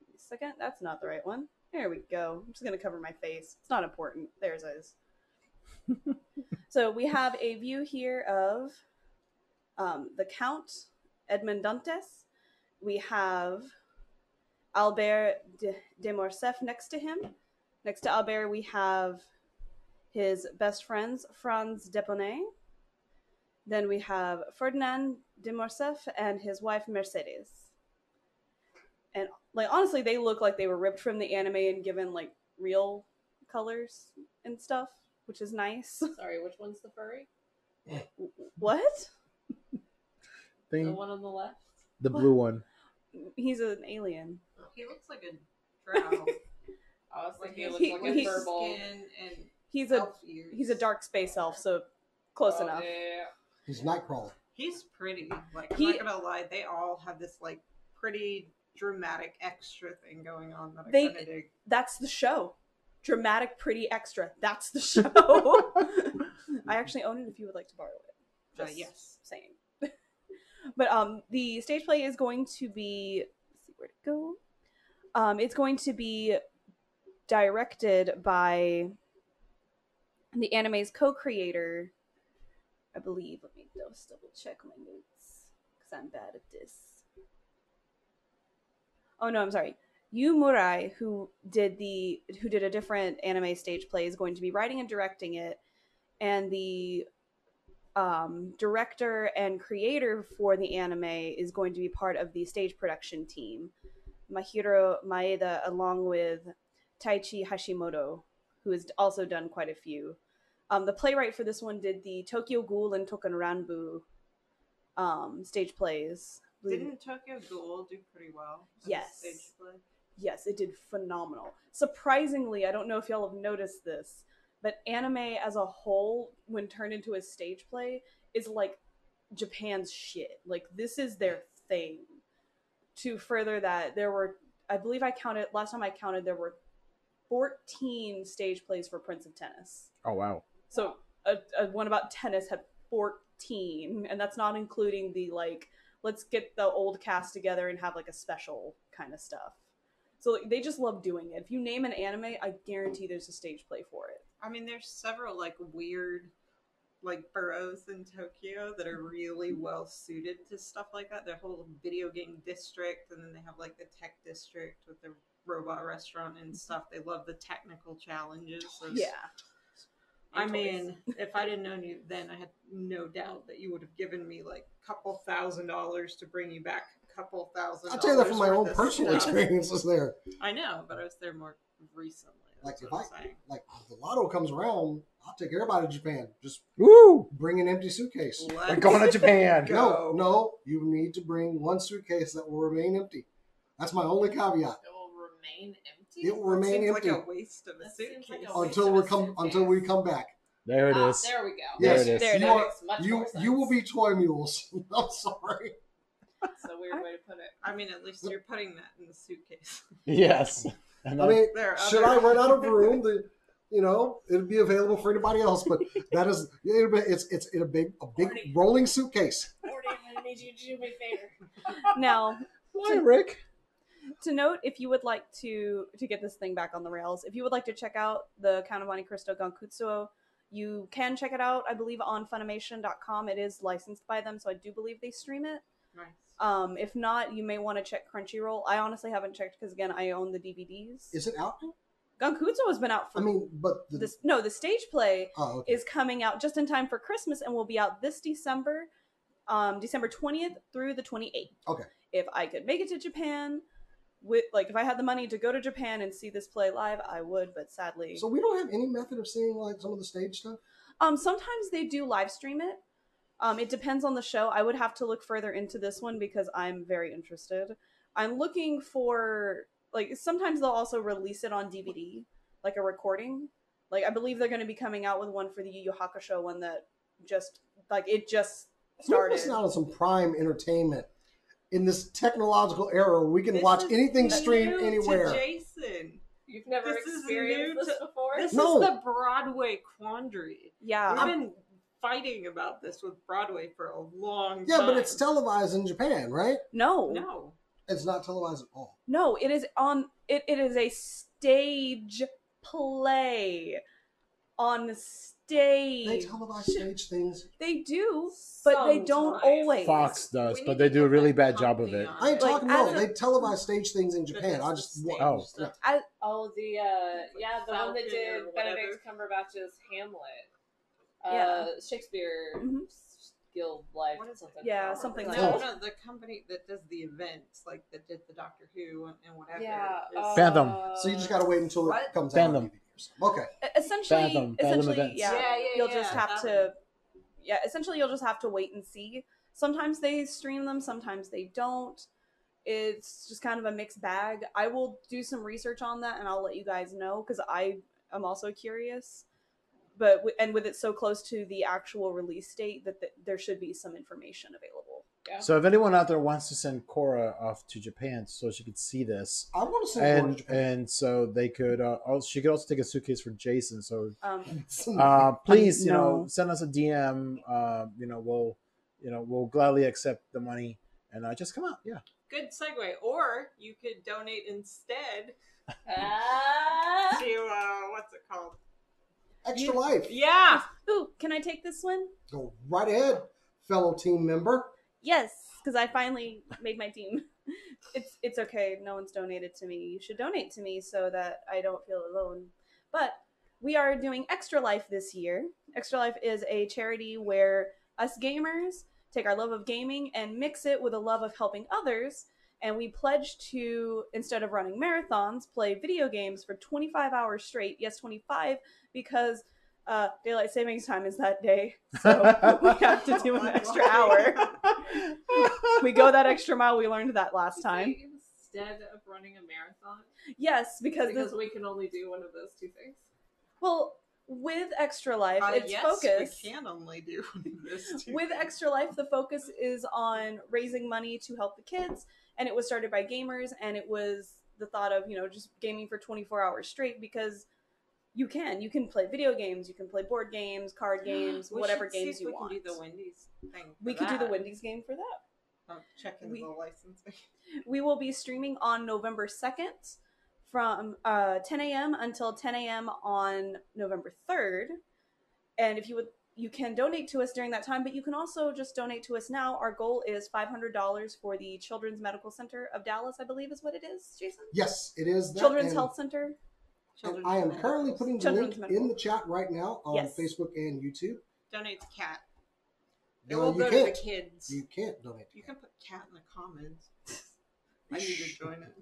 [SPEAKER 5] Wait a second, that's not the right one. There we go. I'm just going to cover my face. It's not important. There's is. so we have a view here of um, the Count Edmond Dantes. We have Albert de, de Morcerf next to him. Next to Albert, we have his best friends, Franz Deponay. Then we have Ferdinand de Morcerf and his wife, Mercedes. And, like, honestly, they look like they were ripped from the anime and given, like, real colors and stuff, which is nice. [laughs]
[SPEAKER 4] Sorry, which one's the furry?
[SPEAKER 5] what?
[SPEAKER 2] Mm.
[SPEAKER 6] Thing
[SPEAKER 4] The one on the left.
[SPEAKER 6] the blue one.
[SPEAKER 5] He's an alien.
[SPEAKER 3] He looks like a drow.
[SPEAKER 4] I was
[SPEAKER 3] [laughs] like
[SPEAKER 4] like,
[SPEAKER 3] he
[SPEAKER 4] it
[SPEAKER 3] has
[SPEAKER 4] looks
[SPEAKER 5] He-
[SPEAKER 4] like a
[SPEAKER 5] he's-
[SPEAKER 4] furball.
[SPEAKER 3] skin and
[SPEAKER 5] He's a
[SPEAKER 3] elf ears.
[SPEAKER 5] He's a dark space elf, so close
[SPEAKER 4] Oh,
[SPEAKER 5] enough.
[SPEAKER 4] yeah.
[SPEAKER 2] He's Nightcrawler.
[SPEAKER 3] He's pretty. Like I'm
[SPEAKER 5] He-
[SPEAKER 3] not gonna lie, they all have this like pretty dramatic extra thing going on that I
[SPEAKER 5] They-
[SPEAKER 3] kind of dig.
[SPEAKER 5] That's the show. Dramatic, pretty, extra. That's the show. I actually own it if you would like to borrow it.
[SPEAKER 3] Uh,
[SPEAKER 5] Just
[SPEAKER 3] yes.
[SPEAKER 5] saying. [laughs] but um, the stage play is going to be. Let's see where to go. Um, it's going to be directed by the anime's co-creator, I believe. Let me just double check my notes because I'm bad at this. Oh no, I'm sorry. Yu Murai, who did the who did a different anime stage play, is going to be writing and directing it, and the um, director and creator for the anime is going to be part of the stage production team, Mahiro Maeda, along with Taichi Hashimoto, who has also done quite a few. Um, the playwright for this one did the Tokyo Ghoul and Tokenranbu um, stage plays.
[SPEAKER 3] Didn't Tokyo Ghoul do pretty well? at the
[SPEAKER 5] Yes.
[SPEAKER 3] Stage play?
[SPEAKER 5] Yes, it did phenomenal. Surprisingly, I don't know if y'all have noticed this, but anime as a whole, when turned into a stage play, is like Japan's shit. Like, this is their thing. To further that, there were, I believe I counted, last time I counted, there were 14 stage plays for Prince of Tennis.
[SPEAKER 6] Oh wow!
[SPEAKER 5] So a, a one about tennis had 14, and that's not including the like, let's get the old cast together and have like a special kind of stuff. So like, they just love doing it. If you name an anime, I guarantee there's a stage play for it.
[SPEAKER 3] I mean, there's several like weird, like boroughs in Tokyo that are really well suited to stuff like that. Their whole video game district, and then they have like the tech district with the robot restaurant and stuff. They love the technical challenges. There's-
[SPEAKER 5] Yeah.
[SPEAKER 3] I
[SPEAKER 4] and toys.
[SPEAKER 3] mean, [laughs] if I didn't know you then, I had no doubt that you would have given me like a couple thousand dollars to bring you back a couple thousand.
[SPEAKER 2] I'll tell you that from my
[SPEAKER 3] dollars
[SPEAKER 2] own
[SPEAKER 3] worth of
[SPEAKER 2] personal
[SPEAKER 3] stuff.
[SPEAKER 2] experiences there.
[SPEAKER 3] I know, but I was there more recently.
[SPEAKER 2] Like,
[SPEAKER 3] That's
[SPEAKER 2] if
[SPEAKER 3] what I'm saying.
[SPEAKER 2] Like, if the lotto comes around, I'll take everybody to Japan. Just
[SPEAKER 6] Woo!
[SPEAKER 2] bring an empty suitcase.
[SPEAKER 6] We're
[SPEAKER 3] Let's-
[SPEAKER 6] going
[SPEAKER 3] [laughs]
[SPEAKER 6] to Japan.
[SPEAKER 2] No,
[SPEAKER 3] Go.
[SPEAKER 2] no, you need to bring one suitcase that will remain empty. That's my only caveat.
[SPEAKER 4] It will remain empty.
[SPEAKER 2] It will remain
[SPEAKER 3] Seems
[SPEAKER 2] empty
[SPEAKER 3] like a waste of a
[SPEAKER 4] That seems like
[SPEAKER 3] suitcase.
[SPEAKER 4] a waste.
[SPEAKER 2] until we
[SPEAKER 4] of
[SPEAKER 2] come
[SPEAKER 4] suitcase.
[SPEAKER 2] until we come back.
[SPEAKER 6] There it
[SPEAKER 4] Ah,
[SPEAKER 6] is.
[SPEAKER 4] There we go.
[SPEAKER 6] There
[SPEAKER 2] Yes,
[SPEAKER 6] it is.
[SPEAKER 5] There it
[SPEAKER 2] you
[SPEAKER 4] That
[SPEAKER 2] are.
[SPEAKER 4] makes much
[SPEAKER 2] You
[SPEAKER 4] more sense.
[SPEAKER 2] you will be toy mules. [laughs] I'm sorry.
[SPEAKER 4] It's a weird way to put it.
[SPEAKER 3] I mean, at least you're putting that in the suitcase. [laughs]
[SPEAKER 6] Yes. And
[SPEAKER 2] I
[SPEAKER 6] then-
[SPEAKER 2] mean,
[SPEAKER 3] There are
[SPEAKER 2] should I
[SPEAKER 3] other-
[SPEAKER 2] run out
[SPEAKER 3] [laughs]
[SPEAKER 2] of room? The, you know, it'd be available for anybody else. But that is it'll be- it's it's in a big a big
[SPEAKER 4] Already.
[SPEAKER 2] rolling suitcase.
[SPEAKER 4] Morty, I'm gonna need you to do me a favor.
[SPEAKER 5] Now,
[SPEAKER 6] Why, Rick?
[SPEAKER 5] to note, if you would like to to get this thing back on the rails, if you would like to check out the Count of Monte Cristo Gonkutsuo, you can check it out. I believe on Funimation.com. It is licensed by them, so I do believe they stream it.
[SPEAKER 3] Nice.
[SPEAKER 5] Um, if not, you may want to check Crunchyroll. I honestly haven't checked because again, I own the DVDs.
[SPEAKER 2] Is it out?
[SPEAKER 5] Gonkutsuo has been out for
[SPEAKER 2] I mean, but the,
[SPEAKER 5] this. No, the stage play
[SPEAKER 2] oh, okay.
[SPEAKER 5] is coming out just in time for Christmas and will be out this December, um, December 20th through the 28th.
[SPEAKER 2] Okay.
[SPEAKER 5] If I could make it to Japan, with like if I had the money to go to Japan and see this play live, I would, but sadly.
[SPEAKER 2] so we don't have any method of seeing like some of the stage stuff.
[SPEAKER 5] um sometimes they do live stream it. Um it depends on the show. I would have to look further into this one because I'm very interested. I'm looking for like sometimes they'll also release it on DVD, like a recording. Like I believe they're going to be coming out with one for the Yu Yu Hakusho one that just like it just
[SPEAKER 2] We're
[SPEAKER 5] started.
[SPEAKER 2] missing out on some prime entertainment in this technological era where we can
[SPEAKER 3] This
[SPEAKER 2] watch
[SPEAKER 3] is
[SPEAKER 2] anything
[SPEAKER 3] new
[SPEAKER 2] streamed
[SPEAKER 3] to
[SPEAKER 2] anywhere.
[SPEAKER 3] Jason,
[SPEAKER 4] You've never
[SPEAKER 3] This is
[SPEAKER 4] experienced
[SPEAKER 3] new
[SPEAKER 4] this
[SPEAKER 3] to-
[SPEAKER 4] before.
[SPEAKER 3] this
[SPEAKER 2] No.
[SPEAKER 3] is the Broadway quandary.
[SPEAKER 5] yeah.
[SPEAKER 3] We've been fighting about this with Broadway for a long
[SPEAKER 2] yeah,
[SPEAKER 3] time.
[SPEAKER 2] but it's televised in Japan, right?
[SPEAKER 5] no. No,
[SPEAKER 3] no.
[SPEAKER 2] It's not televised at all.
[SPEAKER 5] it is on it, it is a stage play on stage.
[SPEAKER 2] They televise stage things.
[SPEAKER 5] They do, but they don't
[SPEAKER 3] Sometimes.
[SPEAKER 5] always.
[SPEAKER 6] Fox does,
[SPEAKER 3] We
[SPEAKER 6] but
[SPEAKER 3] need
[SPEAKER 6] they
[SPEAKER 3] to
[SPEAKER 6] do a
[SPEAKER 3] get
[SPEAKER 6] really
[SPEAKER 3] that
[SPEAKER 6] bad job of
[SPEAKER 3] company
[SPEAKER 6] it.
[SPEAKER 3] on
[SPEAKER 2] I ain't
[SPEAKER 5] Like,
[SPEAKER 2] talking
[SPEAKER 5] as
[SPEAKER 2] about.
[SPEAKER 5] a-
[SPEAKER 2] They televise stage things in
[SPEAKER 3] But
[SPEAKER 2] Japan.
[SPEAKER 3] that's
[SPEAKER 2] I
[SPEAKER 3] the
[SPEAKER 2] just
[SPEAKER 3] stage
[SPEAKER 6] Oh.
[SPEAKER 3] stuff.
[SPEAKER 4] Oh, the uh,
[SPEAKER 3] Like
[SPEAKER 4] yeah, the
[SPEAKER 3] Falcon
[SPEAKER 4] one that did
[SPEAKER 3] or whatever.
[SPEAKER 4] Benedict Cumberbatch's Hamlet. Uh,
[SPEAKER 5] Yeah.
[SPEAKER 4] Shakespeare
[SPEAKER 5] Mhm.
[SPEAKER 4] Guild Life
[SPEAKER 3] What is
[SPEAKER 4] something.
[SPEAKER 5] it? Yeah,
[SPEAKER 4] I don't
[SPEAKER 5] something
[SPEAKER 4] remember.
[SPEAKER 5] like
[SPEAKER 3] no,
[SPEAKER 2] that.
[SPEAKER 3] no, the company Uh, that does the events, like that did the Doctor Who and, and whatever.
[SPEAKER 4] Yeah.
[SPEAKER 3] is-
[SPEAKER 4] uh,
[SPEAKER 6] Phantom.
[SPEAKER 2] So you just gotta wait until it
[SPEAKER 3] What?
[SPEAKER 2] comes out.
[SPEAKER 6] Fandom.
[SPEAKER 2] on DVD or something. Okay.
[SPEAKER 5] E-, essentially,
[SPEAKER 6] Fathom- fathom
[SPEAKER 5] essentially,
[SPEAKER 6] events.
[SPEAKER 5] yeah,
[SPEAKER 3] Yeah, yeah,
[SPEAKER 5] You'll
[SPEAKER 3] yeah,
[SPEAKER 5] just have to,
[SPEAKER 3] fathom.
[SPEAKER 5] yeah. Essentially, you'll just have to wait and see. Sometimes they stream them, sometimes they don't. It's just kind of a mixed bag. I will do some research on that, and I'll let you guys know because I am also curious. But wi- and with it so close to the actual release date, that th- there should be some information available.
[SPEAKER 6] So if anyone out there wants to send Cora off to Japan so she could see this,
[SPEAKER 2] I want to say
[SPEAKER 6] and
[SPEAKER 2] Orange.
[SPEAKER 6] and so they could, uh, also, she could also take a suitcase for Jason. So
[SPEAKER 2] [laughs]
[SPEAKER 5] Um,
[SPEAKER 2] Hmm.
[SPEAKER 6] uh, please, you know,
[SPEAKER 5] No.
[SPEAKER 6] send us a DM. Uh, you know, we'll you know we'll gladly accept the money and uh, just come out. Yeah,
[SPEAKER 3] [laughs] Good segue. Or you could donate
[SPEAKER 6] [laughs]
[SPEAKER 3] instead
[SPEAKER 4] Ah,
[SPEAKER 3] to uh, what's it called?
[SPEAKER 2] Extra life.
[SPEAKER 3] Yeah.
[SPEAKER 5] ooh, can I take this one?
[SPEAKER 2] Go right ahead, fellow team member.
[SPEAKER 5] Yes, because I finally made my team. [laughs] It's it's okay. No one's donated to me. You should donate to me so that I don't feel alone. But we are doing Extra Life this year. Extra Life is a charity where us gamers take our love of gaming and mix it with a love of helping others. And we pledge to, instead of running marathons, play video games for 25 hours straight. Yes, 25, because uh, daylight savings time is that day.
[SPEAKER 3] [laughs]
[SPEAKER 6] [laughs]
[SPEAKER 5] So we have to do an extra hour we go that extra mile. We learned that last time.
[SPEAKER 4] Instead of running a marathon,
[SPEAKER 5] Yes, because
[SPEAKER 4] because
[SPEAKER 5] this.
[SPEAKER 4] we can only do one of those two things.
[SPEAKER 5] Well, with Extra Life,
[SPEAKER 3] Uh,
[SPEAKER 5] it's
[SPEAKER 3] yes,
[SPEAKER 5] focused.
[SPEAKER 3] we can only do [laughs] this. too.
[SPEAKER 5] With Extra Life, the focus is on raising money to help the kids, and it was started by gamers, and it was the thought of you know just gaming for 24 hours straight because you can you can play video games, you can play board games, card [gasps]
[SPEAKER 3] [gasps]
[SPEAKER 5] games,
[SPEAKER 3] We
[SPEAKER 5] whatever
[SPEAKER 3] should see
[SPEAKER 5] games
[SPEAKER 3] if
[SPEAKER 5] you
[SPEAKER 3] we
[SPEAKER 5] want.
[SPEAKER 3] Can do the Wendy's thing. for
[SPEAKER 5] we could do the
[SPEAKER 3] that.
[SPEAKER 5] Wendy's game for that.
[SPEAKER 3] Oh, checking
[SPEAKER 5] We-
[SPEAKER 3] the [laughs] licensing.
[SPEAKER 5] We will be streaming on November 2nd from uh, 10 a.m. until 10 a.m. on November 3rd. And if you would, you can donate to us during that time, but you can also just donate to us now. Our goal is $500 for the Children's Medical Center of Dallas, I believe is what it is, Jason?
[SPEAKER 2] Yes, it is that.
[SPEAKER 5] Children's
[SPEAKER 2] and
[SPEAKER 5] Health Center.
[SPEAKER 2] And
[SPEAKER 3] Children's
[SPEAKER 2] I am
[SPEAKER 3] Medical.
[SPEAKER 2] currently putting the
[SPEAKER 5] Children's
[SPEAKER 2] link
[SPEAKER 5] Medical.
[SPEAKER 2] in the chat right now on
[SPEAKER 5] Yes.
[SPEAKER 2] Facebook and YouTube.
[SPEAKER 3] donate to cat. It
[SPEAKER 2] No,
[SPEAKER 3] will
[SPEAKER 2] you
[SPEAKER 3] go
[SPEAKER 2] can't.
[SPEAKER 3] to the kids.
[SPEAKER 2] You can't donate.
[SPEAKER 3] You can put cat in the comments. I need to join it.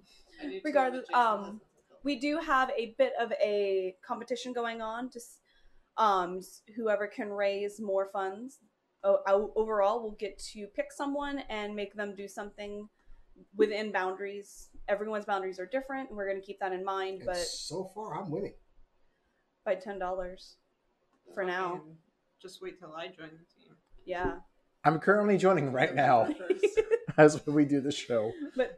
[SPEAKER 4] I do too, but
[SPEAKER 5] Regardless,
[SPEAKER 4] Jason
[SPEAKER 5] um,
[SPEAKER 4] doesn't, so.
[SPEAKER 5] we do have a bit of a competition going on just um s- whoever can raise more funds o- o- overall will get to pick someone and make them do something within boundaries everyone's boundaries are different and we're going to keep that in mind
[SPEAKER 2] And
[SPEAKER 5] but
[SPEAKER 2] so far, I'm winning.
[SPEAKER 5] by ten dollars for now
[SPEAKER 3] Fucking Just wait till I join the team.
[SPEAKER 5] yeah
[SPEAKER 6] I'm currently joining right
[SPEAKER 3] [laughs]
[SPEAKER 6] now [laughs]
[SPEAKER 2] [laughs]
[SPEAKER 6] as we do the show.
[SPEAKER 5] but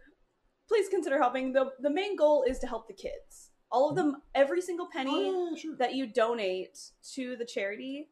[SPEAKER 5] please consider helping the the main goal is to help the kids all of them every single penny
[SPEAKER 2] Mm-hmm. Oh, yeah, sure.
[SPEAKER 5] that you donate to the charity,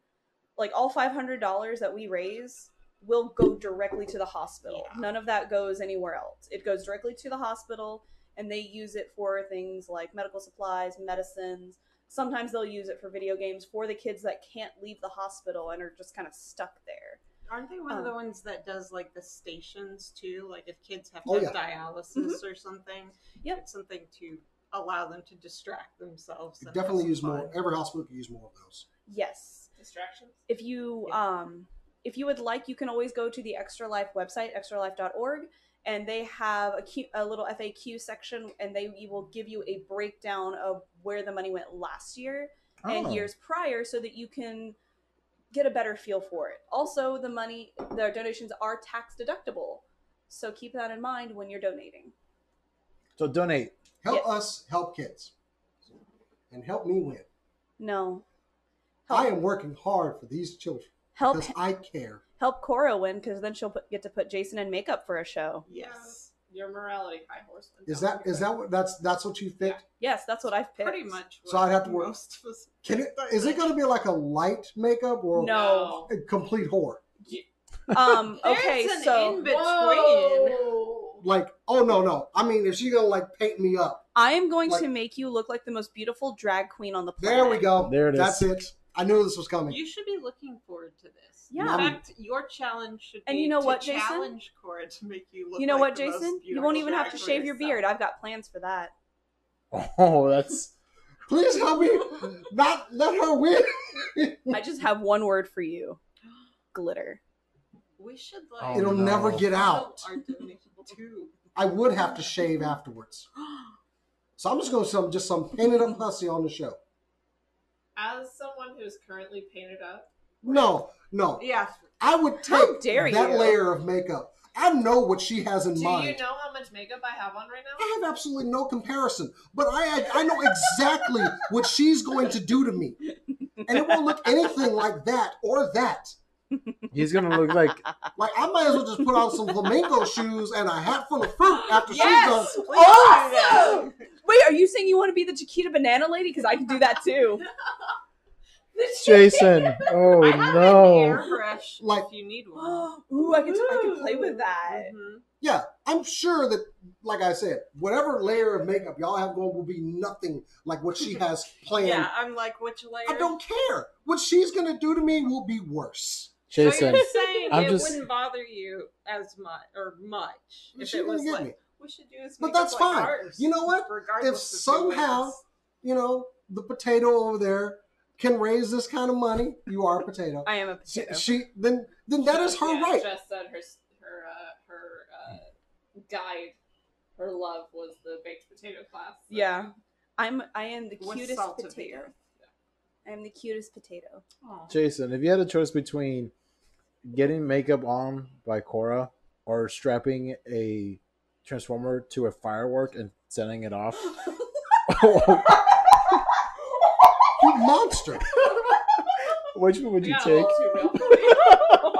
[SPEAKER 5] like all five hundred dollars that we raise will go directly to the hospital. None of that goes anywhere else. It goes directly to the hospital and they use it for things like medical supplies, medicines. Sometimes they'll use it for video games for the kids that can't leave the hospital and are just kind of stuck there.
[SPEAKER 3] Aren't they one
[SPEAKER 5] Um,
[SPEAKER 3] of the ones that does like the stations too? Like if kids have to
[SPEAKER 2] Oh,
[SPEAKER 3] have dialysis or something,
[SPEAKER 5] Mm-hmm. Yep.
[SPEAKER 3] it's something to allow them to distract themselves.
[SPEAKER 2] You
[SPEAKER 3] and have
[SPEAKER 2] definitely
[SPEAKER 3] some
[SPEAKER 2] use
[SPEAKER 3] fun.
[SPEAKER 2] more. Every hospital could use more of those.
[SPEAKER 5] Yes.
[SPEAKER 4] Distractions.
[SPEAKER 5] if you
[SPEAKER 3] Yeah.
[SPEAKER 5] um if you would like you can always go to the extra life website extralife.org and they have a, Q, a little faq section and they will give you a breakdown of where the money went last year and
[SPEAKER 6] Oh.
[SPEAKER 5] years prior so that you can get a better feel for it also the money the donations are tax deductible so keep that in mind when you're donating
[SPEAKER 6] So donate. [laughs]
[SPEAKER 2] Help
[SPEAKER 5] Yes.
[SPEAKER 2] us help kids, and help me win.
[SPEAKER 5] no
[SPEAKER 2] I am working hard for these children
[SPEAKER 5] help
[SPEAKER 2] because I care.
[SPEAKER 5] help cora win because then she'll put, get to put jason in makeup for a show
[SPEAKER 3] Yes.
[SPEAKER 4] Your morality high horseman.
[SPEAKER 2] Is that is that what that's that's what you think?
[SPEAKER 5] yes that's what i've picked
[SPEAKER 3] Pretty much.
[SPEAKER 2] So
[SPEAKER 3] what
[SPEAKER 2] I'd have to work-
[SPEAKER 3] Most of us.
[SPEAKER 2] Can it is it going to be like a light makeup or
[SPEAKER 5] No.
[SPEAKER 2] a complete horror?
[SPEAKER 5] um
[SPEAKER 3] [laughs] There's
[SPEAKER 5] okay
[SPEAKER 3] an
[SPEAKER 5] so
[SPEAKER 3] in-between.
[SPEAKER 2] Like oh no no. I mean if she's going to like paint me up.
[SPEAKER 5] I am going
[SPEAKER 2] Like-
[SPEAKER 5] to make you look like the most beautiful drag queen on the planet.
[SPEAKER 2] There we go.
[SPEAKER 6] There it is.
[SPEAKER 2] That's it. I knew this was coming.
[SPEAKER 3] You should be looking forward to this.
[SPEAKER 5] Yeah.
[SPEAKER 3] In fact, your challenge should
[SPEAKER 5] And
[SPEAKER 3] be
[SPEAKER 5] you know
[SPEAKER 3] to
[SPEAKER 5] what, Jason?
[SPEAKER 3] challenge Cora to make you look
[SPEAKER 5] You know
[SPEAKER 3] like
[SPEAKER 5] what,
[SPEAKER 3] the most
[SPEAKER 5] Jason? You
[SPEAKER 3] beautiful
[SPEAKER 5] won't even have to
[SPEAKER 3] drag
[SPEAKER 5] shave your
[SPEAKER 3] yourself.
[SPEAKER 5] beard. I've got plans for that.
[SPEAKER 6] Oh, that's
[SPEAKER 2] Please help me not let her win.
[SPEAKER 5] I just have one word for you. Glitter.
[SPEAKER 3] We should
[SPEAKER 6] Oh,
[SPEAKER 3] like
[SPEAKER 2] It'll
[SPEAKER 6] no.
[SPEAKER 2] never get out.
[SPEAKER 3] Our donation too.
[SPEAKER 5] [gasps]
[SPEAKER 2] I would have to shave afterwards. So I'm just going to some just some painted up hussy on the show.
[SPEAKER 4] As someone who's currently painted up,
[SPEAKER 2] No, no.
[SPEAKER 3] yeah.
[SPEAKER 2] I would take
[SPEAKER 5] How dare
[SPEAKER 2] that
[SPEAKER 5] you.
[SPEAKER 2] layer of makeup. I know what she has in
[SPEAKER 4] do
[SPEAKER 2] mind.
[SPEAKER 4] you know how much makeup I have on right now?
[SPEAKER 2] I have absolutely no comparison, but I I know exactly what she's going to do to me, and it won't look anything like that or that.
[SPEAKER 6] he's gonna look like [laughs]
[SPEAKER 2] Like I might as well just put on some flamingo shoes and a hat full of fruit after
[SPEAKER 3] Yes.
[SPEAKER 2] she's done.
[SPEAKER 3] we should do that.
[SPEAKER 5] Awesome! Wait, are you saying you want to be the Chiquita Banana Lady? Because I can do that too.
[SPEAKER 2] [laughs]
[SPEAKER 6] Jason. Oh
[SPEAKER 3] I have an
[SPEAKER 6] no.
[SPEAKER 3] airbrush
[SPEAKER 2] Like-
[SPEAKER 3] if you need
[SPEAKER 5] [gasps]
[SPEAKER 3] one.
[SPEAKER 5] Ooh, I can, I can play with that.
[SPEAKER 3] Mhm.
[SPEAKER 2] Yeah, I'm sure that, like I said, whatever layer of makeup y'all have going will be nothing like what she has planned.
[SPEAKER 3] [laughs] Yeah, I'm like, which layer?
[SPEAKER 2] I don't care. What she's going to do to me will be worse.
[SPEAKER 6] Jason.
[SPEAKER 3] So you're saying
[SPEAKER 6] I'm
[SPEAKER 3] it
[SPEAKER 6] just-
[SPEAKER 3] wouldn't bother you as much or much if
[SPEAKER 2] She's
[SPEAKER 3] it
[SPEAKER 2] going
[SPEAKER 3] was
[SPEAKER 2] to get
[SPEAKER 3] like
[SPEAKER 2] me.
[SPEAKER 3] we should do this.
[SPEAKER 2] But that's fine. You know what?
[SPEAKER 3] Regardless
[SPEAKER 2] If
[SPEAKER 3] of who wins.
[SPEAKER 2] somehow- You know, the potato over there can raise this kind of money. You are a potato.
[SPEAKER 5] I am a
[SPEAKER 2] She,
[SPEAKER 5] potato.
[SPEAKER 2] she then then that is her
[SPEAKER 4] Yeah,
[SPEAKER 2] right.
[SPEAKER 4] Jess said her her uh, her uh, guide, her love was the baked potato class. so-
[SPEAKER 5] Yeah. I'm, I am the
[SPEAKER 3] With
[SPEAKER 5] cutest
[SPEAKER 3] salt of the
[SPEAKER 5] potato.
[SPEAKER 3] earth.
[SPEAKER 5] I am the cutest potato.
[SPEAKER 3] Aw.
[SPEAKER 6] Jason, if you had a choice between getting makeup on by Cora or strapping a transformer to a firework and sending it off, [laughs]
[SPEAKER 2] You monster.
[SPEAKER 6] which one would
[SPEAKER 4] We
[SPEAKER 6] you
[SPEAKER 4] got a
[SPEAKER 6] take?
[SPEAKER 4] little too real for me.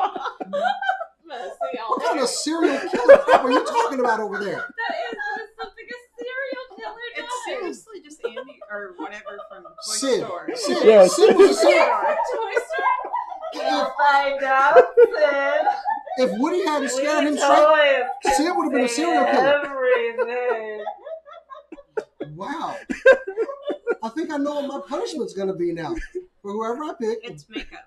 [SPEAKER 4] Let's see, I'll
[SPEAKER 2] What kind
[SPEAKER 4] take
[SPEAKER 2] of
[SPEAKER 4] it.
[SPEAKER 2] serial killer crap are you talking about over there?
[SPEAKER 4] That is that is something a serial killer does.
[SPEAKER 3] It's [laughs] seriously just Andy or whatever from Toy
[SPEAKER 2] Sid.
[SPEAKER 3] Story.
[SPEAKER 2] Sid.
[SPEAKER 6] Yeah,
[SPEAKER 2] Sid was a serial
[SPEAKER 4] Toy Story.
[SPEAKER 2] If,
[SPEAKER 4] find out, Sid.
[SPEAKER 2] if Woody hadn't scared him straight, Sid would have been a serial killer.
[SPEAKER 5] [laughs]
[SPEAKER 4] Everything.
[SPEAKER 2] Wow. I think I know what my punishment's going to be now for whoever I pick.
[SPEAKER 3] It's makeup.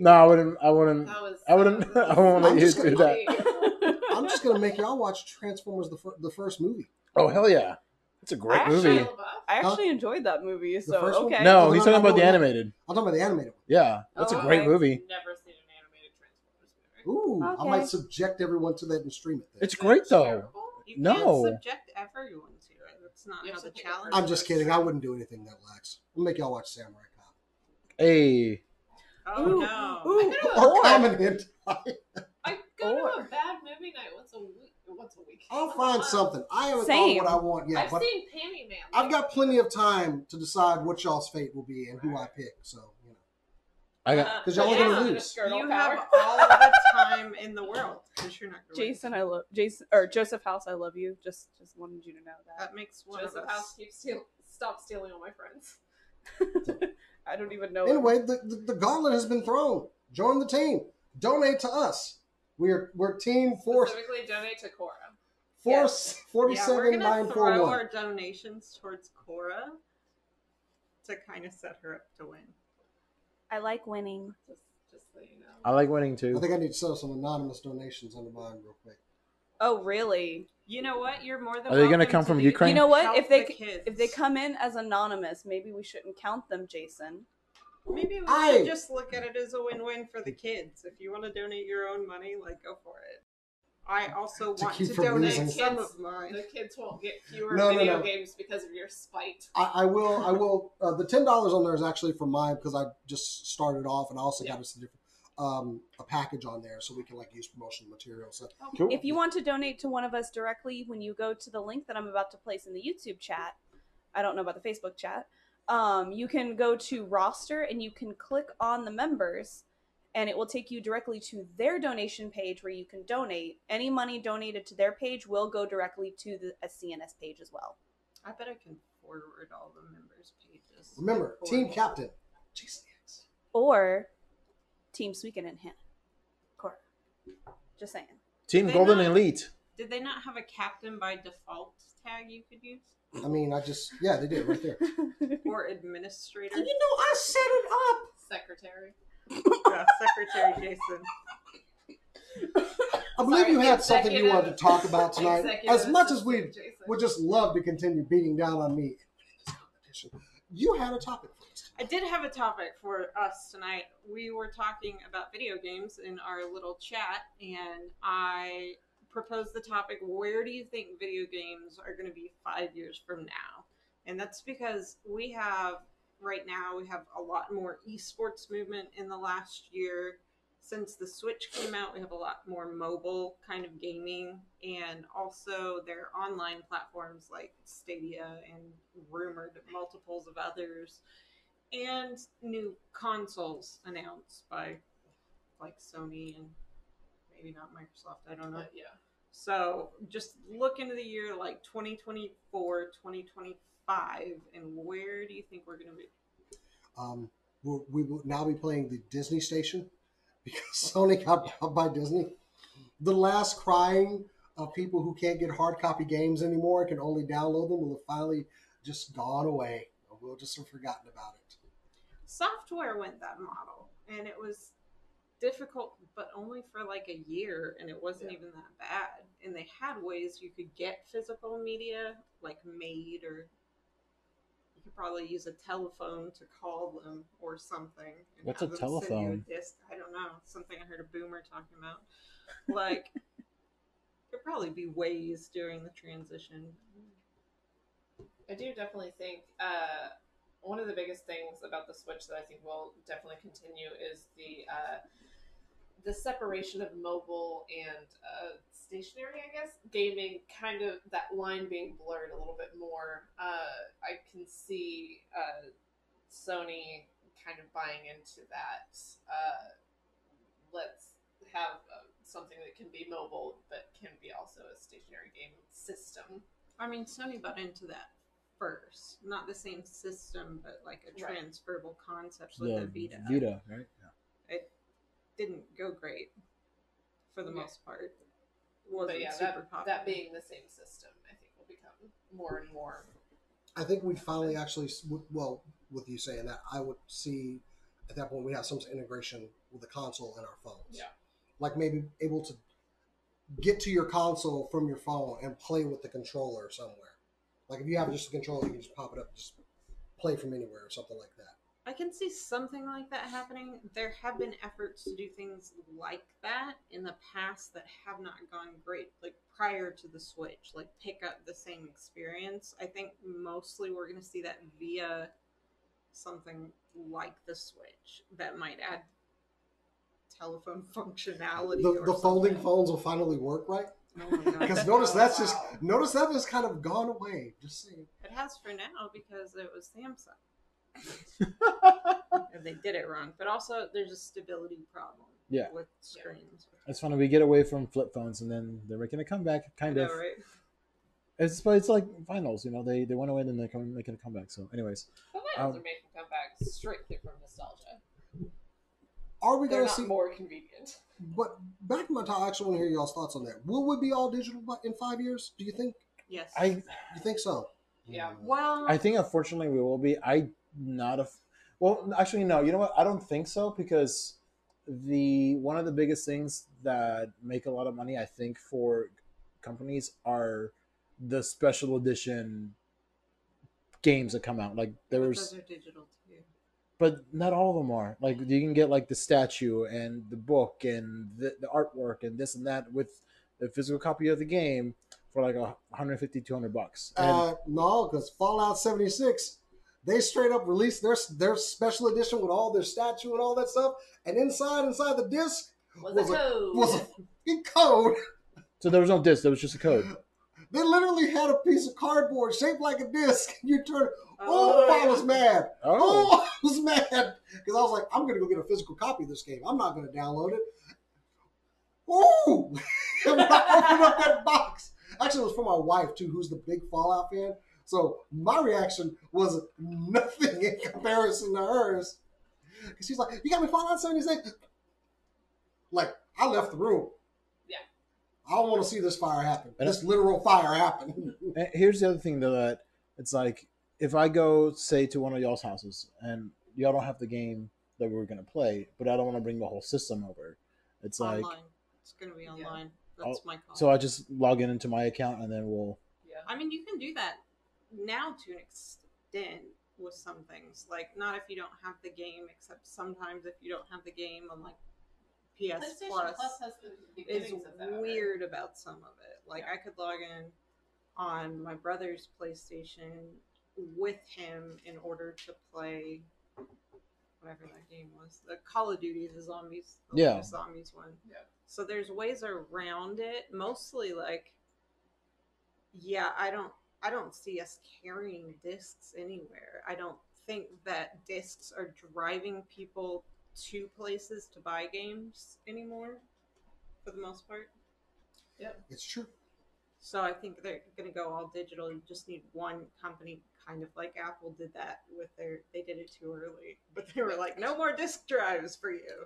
[SPEAKER 6] No, I wouldn't. I wouldn't.
[SPEAKER 4] That was.
[SPEAKER 6] I
[SPEAKER 2] [laughs]
[SPEAKER 6] wouldn't. [laughs] I wouldn't
[SPEAKER 2] I'm
[SPEAKER 6] let you
[SPEAKER 2] just
[SPEAKER 6] do
[SPEAKER 2] gonna-
[SPEAKER 6] that.
[SPEAKER 2] I'm just going to make y'all watch Transformers, the, fir- the first movie.
[SPEAKER 6] Oh hell yeah! It's a great
[SPEAKER 5] Actually,
[SPEAKER 6] movie.
[SPEAKER 5] I actually enjoyed that movie, so
[SPEAKER 2] first one?
[SPEAKER 5] okay.
[SPEAKER 2] Well,
[SPEAKER 6] No, he's
[SPEAKER 2] no,
[SPEAKER 6] talking
[SPEAKER 2] no,
[SPEAKER 6] about the
[SPEAKER 2] no.
[SPEAKER 6] animated.
[SPEAKER 2] I'll talk about the animated
[SPEAKER 6] Yeah, that's a
[SPEAKER 5] Oh,
[SPEAKER 6] great
[SPEAKER 5] okay.
[SPEAKER 6] movie.
[SPEAKER 4] Never seen an animated Transformers movie.
[SPEAKER 2] one. Ooh, I
[SPEAKER 5] Okay.
[SPEAKER 2] might subject everyone to that and stream it. Then.
[SPEAKER 6] It's great though.
[SPEAKER 3] Terrible. You
[SPEAKER 6] No.
[SPEAKER 3] can't subject everyone to it. That's not
[SPEAKER 4] You
[SPEAKER 3] how
[SPEAKER 4] have
[SPEAKER 3] the
[SPEAKER 4] to pick
[SPEAKER 3] challenge.
[SPEAKER 4] a
[SPEAKER 2] I'm just
[SPEAKER 3] works.
[SPEAKER 2] kidding. I wouldn't do anything that lax. I'll make y'all watch Samurai Cop
[SPEAKER 6] Hey,
[SPEAKER 3] Oh
[SPEAKER 5] Ooh,
[SPEAKER 3] no.
[SPEAKER 5] ooh.
[SPEAKER 4] I go to
[SPEAKER 2] or
[SPEAKER 5] Or-
[SPEAKER 2] Common Hint.
[SPEAKER 4] I go to
[SPEAKER 5] Or-
[SPEAKER 4] a bad movie night once a week. Once a week.
[SPEAKER 2] I'll
[SPEAKER 4] Once a
[SPEAKER 2] find
[SPEAKER 4] month.
[SPEAKER 2] something. I haven't
[SPEAKER 5] Same.
[SPEAKER 2] thought what I want yet,
[SPEAKER 4] I've
[SPEAKER 2] but
[SPEAKER 4] seen Panty Man.
[SPEAKER 2] I've got plenty of time to decide what y'all's fate will be and who I pick. So you know.
[SPEAKER 6] I got.
[SPEAKER 4] uh,
[SPEAKER 3] Uh,
[SPEAKER 2] 'cause y'all are gonna
[SPEAKER 4] in a
[SPEAKER 2] lose.
[SPEAKER 4] skirt all
[SPEAKER 3] You
[SPEAKER 4] power.
[SPEAKER 3] have all the time in the world because [laughs] you're not gonna win.
[SPEAKER 5] Jason, I love Jason or Joseph House. I love you. Just just wanted you to know that.
[SPEAKER 3] That makes one
[SPEAKER 4] Joseph
[SPEAKER 3] of us.
[SPEAKER 4] House keeps steal- stop stealing all my friends.
[SPEAKER 5] I don't even know.
[SPEAKER 2] Anyway, the, the, the gauntlet has been thrown. Join the team. Donate to us. We're we're team four
[SPEAKER 4] Specifically donate to Cora.
[SPEAKER 2] four
[SPEAKER 3] Yes.
[SPEAKER 2] forty
[SPEAKER 3] Yeah, we're
[SPEAKER 2] seven
[SPEAKER 3] gonna
[SPEAKER 2] nine
[SPEAKER 3] throw
[SPEAKER 2] four one.
[SPEAKER 3] our donations towards Cora to kind of set her up to win.
[SPEAKER 5] I like winning.
[SPEAKER 4] Just, just so you know.
[SPEAKER 6] I like winning
[SPEAKER 2] I
[SPEAKER 6] too.
[SPEAKER 2] think I need to settle some anonymous donations under mine real quick.
[SPEAKER 5] Oh, really?
[SPEAKER 3] You know what? You're more than.
[SPEAKER 6] Are they gonna
[SPEAKER 3] welcome
[SPEAKER 6] come from
[SPEAKER 3] be-
[SPEAKER 6] Ukraine?
[SPEAKER 5] You know what?
[SPEAKER 3] help
[SPEAKER 5] If they
[SPEAKER 3] the
[SPEAKER 5] c-
[SPEAKER 3] kids.
[SPEAKER 5] If they come in as anonymous, maybe we shouldn't count them, Jason.
[SPEAKER 3] maybe we
[SPEAKER 2] Aye.
[SPEAKER 3] should just look at it as a win-win for the kids. If you want to donate your own money, like go for it. I also
[SPEAKER 2] To
[SPEAKER 3] want
[SPEAKER 2] keep
[SPEAKER 3] to
[SPEAKER 2] from
[SPEAKER 3] donate
[SPEAKER 2] losing.
[SPEAKER 3] some
[SPEAKER 4] Kids.
[SPEAKER 3] of mine.
[SPEAKER 4] The kids won't get fewer
[SPEAKER 2] No, no,
[SPEAKER 4] video
[SPEAKER 2] no.
[SPEAKER 4] games because of your spite.
[SPEAKER 2] I, I will. I will. Uh, the ten dollars on there is actually for mine because I just started off, and I also got us a different um, a package on there so we can like use promotional material. So
[SPEAKER 6] Cool.
[SPEAKER 5] If you want to donate to one of us directly, when you go to the link that I'm about to place in the YouTube chat, I don't know about the Facebook chat, um, you can go to roster and you can click on the members, and it will take you directly to their donation page where you can donate. Any money donated to their page will go directly to the SCNS page as well.
[SPEAKER 3] I bet I can forward all the members' pages.
[SPEAKER 2] remember,
[SPEAKER 3] Forward.
[SPEAKER 2] team captain Jason X.
[SPEAKER 5] Or Team Suiken and him. Cora. Just saying.
[SPEAKER 6] Team
[SPEAKER 3] They
[SPEAKER 6] Golden
[SPEAKER 3] not-
[SPEAKER 6] Elite.
[SPEAKER 3] Did they not have a captain by default tag you could use,
[SPEAKER 2] I mean, I just yeah, they did right there. you
[SPEAKER 3] or administrator?
[SPEAKER 2] know, I set it up.
[SPEAKER 4] Secretary.
[SPEAKER 3] Yeah, [laughs] Secretary Jason.
[SPEAKER 2] I believe
[SPEAKER 4] Sorry,
[SPEAKER 2] you had something you wanted to
[SPEAKER 4] executive-
[SPEAKER 2] talk about tonight.
[SPEAKER 4] executive
[SPEAKER 2] As much as we
[SPEAKER 4] assistant, Jason.
[SPEAKER 2] would just love to continue beating down on me in this competition, you had a topic for us.
[SPEAKER 3] I did have a topic for us tonight. We were talking about video games in our little chat, and I proposed the topic where do you think video games are going to be five years from now? And that's because we have, right now, we have a lot more esports movement in the last year. Since the Switch came out, we have a lot more mobile kind of gaming, and also their online platforms like Stadia and rumored multiples of others and new consoles announced by like Sony and maybe not Microsoft, I don't know.
[SPEAKER 4] But yeah.
[SPEAKER 3] So just look into the year like 2024, 2025, and where do you think we're going to be?
[SPEAKER 2] Um, we'll, we will now be playing the Disney station because [laughs] Sony got bought by Disney. The last crying of people who can't get hard copy games anymore and can only download them will have finally just gone away. We'll just have forgotten about it.
[SPEAKER 3] Software went that model, and it was difficult, but only for like a year, and it wasn't even that bad. And they had ways you could get physical media, like made, or you could probably use a telephone to call them or something. and
[SPEAKER 6] What's
[SPEAKER 3] have
[SPEAKER 6] a
[SPEAKER 3] them send you
[SPEAKER 6] telephone?
[SPEAKER 3] disc. I don't know. Something I heard a boomer talking about. Like, there'd probably be ways during the transition.
[SPEAKER 4] I do definitely think uh, one of the biggest things about the Switch that I think will definitely continue is the uh, the separation of mobile and uh, stationary, I guess, gaming. Kind of that line being blurred a little bit more. Uh, I can see uh, Sony kind of buying into that. Uh, let's have uh, something that can be mobile but can be also a stationary game system.
[SPEAKER 3] I mean, Sony bought into that first. Not the same system, but like a
[SPEAKER 4] Right.
[SPEAKER 3] transferable concept with
[SPEAKER 6] The
[SPEAKER 3] the Vita.
[SPEAKER 6] Vita, right?
[SPEAKER 3] It didn't go great for the
[SPEAKER 4] Yeah.
[SPEAKER 3] most part. Wasn't
[SPEAKER 4] but yeah,
[SPEAKER 3] super
[SPEAKER 4] that,
[SPEAKER 3] popular.
[SPEAKER 4] that being the same system, I think will become more and more.
[SPEAKER 2] I think we finally actually, well, with you saying that, I would see at that point we have some integration with the console and our phones.
[SPEAKER 4] Yeah.
[SPEAKER 2] Like maybe able to get to your console from your phone and play with the controller somewhere. Like if you have just a controller, you can just pop it up, just play from anywhere or something like that.
[SPEAKER 3] I can see something like that happening. There have been efforts to do things like that in the past that have not gone great, like prior to the Switch, like pick up the same experience. I think mostly we're going to see that via something like the Switch that might add telephone functionality.
[SPEAKER 2] The,
[SPEAKER 3] or
[SPEAKER 2] the folding
[SPEAKER 3] something.
[SPEAKER 2] phones will finally work, right?
[SPEAKER 3] Oh
[SPEAKER 2] [laughs]
[SPEAKER 3] my God.
[SPEAKER 2] Because notice that's just
[SPEAKER 3] Wow.
[SPEAKER 2] notice that has kind of gone away. Just saying.
[SPEAKER 3] It has for now because it was
[SPEAKER 6] [laughs]
[SPEAKER 3] Samsung. and they did it wrong. But also, there's a stability problem
[SPEAKER 6] Yeah.
[SPEAKER 3] with screens.
[SPEAKER 6] It's funny we get away from flip phones and then they're making a comeback, kind
[SPEAKER 3] I
[SPEAKER 6] of.
[SPEAKER 3] know, right?
[SPEAKER 6] It's but it's like finals, you know. They they went away and then they're coming, making a comeback. So, anyways,
[SPEAKER 4] The vinyls
[SPEAKER 6] Um,
[SPEAKER 4] are making comebacks strictly from nostalgia.
[SPEAKER 2] Are we
[SPEAKER 4] They're
[SPEAKER 2] gonna
[SPEAKER 4] not
[SPEAKER 2] see?
[SPEAKER 4] more convenient.
[SPEAKER 2] But back to my time, I actually want to hear y'all's thoughts on that. Will we be all digital by- in five years? Do you think?
[SPEAKER 3] Yes.
[SPEAKER 6] I
[SPEAKER 2] You think so?
[SPEAKER 4] Yeah.
[SPEAKER 2] Mm.
[SPEAKER 3] well,
[SPEAKER 6] I think unfortunately we will be. I not a. Well, actually, no. You know what? I don't think so because the one of the biggest things that make a lot of money, I think, for companies are the special edition games that come out. Like
[SPEAKER 3] those
[SPEAKER 6] there's,
[SPEAKER 3] are digital too.
[SPEAKER 6] but not all of them are. Like you can get like the statue and the book and the, the artwork and this and that with the physical copy of the game for like a 150 200 bucks. And-
[SPEAKER 2] Uh, no, because Fallout 76, they straight up released their their special edition with all their statue and all that stuff, and inside inside the disc
[SPEAKER 4] Was,
[SPEAKER 2] Was
[SPEAKER 4] a
[SPEAKER 2] it-
[SPEAKER 4] code.
[SPEAKER 2] was a fucking code. [laughs]
[SPEAKER 6] so there was no disc. There was just a code.
[SPEAKER 2] They literally had a piece of cardboard shaped like a disc. [laughs] You turn, oh,
[SPEAKER 3] Oh,
[SPEAKER 2] I was mad.
[SPEAKER 6] Oh.
[SPEAKER 2] Oh, [laughs] I was mad because I was like, I'm gonna go get a physical copy of this game. I'm not gonna download it. Ooh, [laughs] I'm not opening up that box. Actually, it was for my wife too, who's the big Fallout fan. So my reaction was nothing in comparison to hers. Because she's like, "You got me Fallout 76." Like I left the room.
[SPEAKER 4] Yeah.
[SPEAKER 2] I don't want to see this fire happen.
[SPEAKER 6] And-
[SPEAKER 2] This literal fire happen.
[SPEAKER 6] And here's the other thing though that it's like if I go say to one of y'all's houses and y'all don't have the game that we were gonna play, but I don't want to bring the whole system over. It's like Oh,
[SPEAKER 3] online. It's going to be
[SPEAKER 4] Yeah.
[SPEAKER 3] online. That's my call.
[SPEAKER 6] so I just log in into my account and then we'll
[SPEAKER 4] yeah.
[SPEAKER 3] I mean, you can do that now to an extent with some things. Like, not if you don't have the game, except sometimes if you don't have the game on like PS
[SPEAKER 4] PlayStation
[SPEAKER 3] Plus.
[SPEAKER 4] Plus, has the
[SPEAKER 3] It's
[SPEAKER 4] beginnings of that. right?
[SPEAKER 3] weird about some of it. Like, I could log in on my brother's PlayStation with him in order to play whatever that game was. The Call of Duty, the zombies, the
[SPEAKER 6] Yeah.
[SPEAKER 3] latest zombies one.
[SPEAKER 4] Yeah.
[SPEAKER 3] So there's ways around it. Mostly like, yeah, I don't, I don't see us carrying discs anywhere. I don't think that discs are driving people to places to buy games anymore, for the most part.
[SPEAKER 2] it's true.
[SPEAKER 3] So I think they're going to go all digital. You just need one company, kind of like Apple did that with their. They did it too early, [laughs] but they were like, "No more disk drives for you,"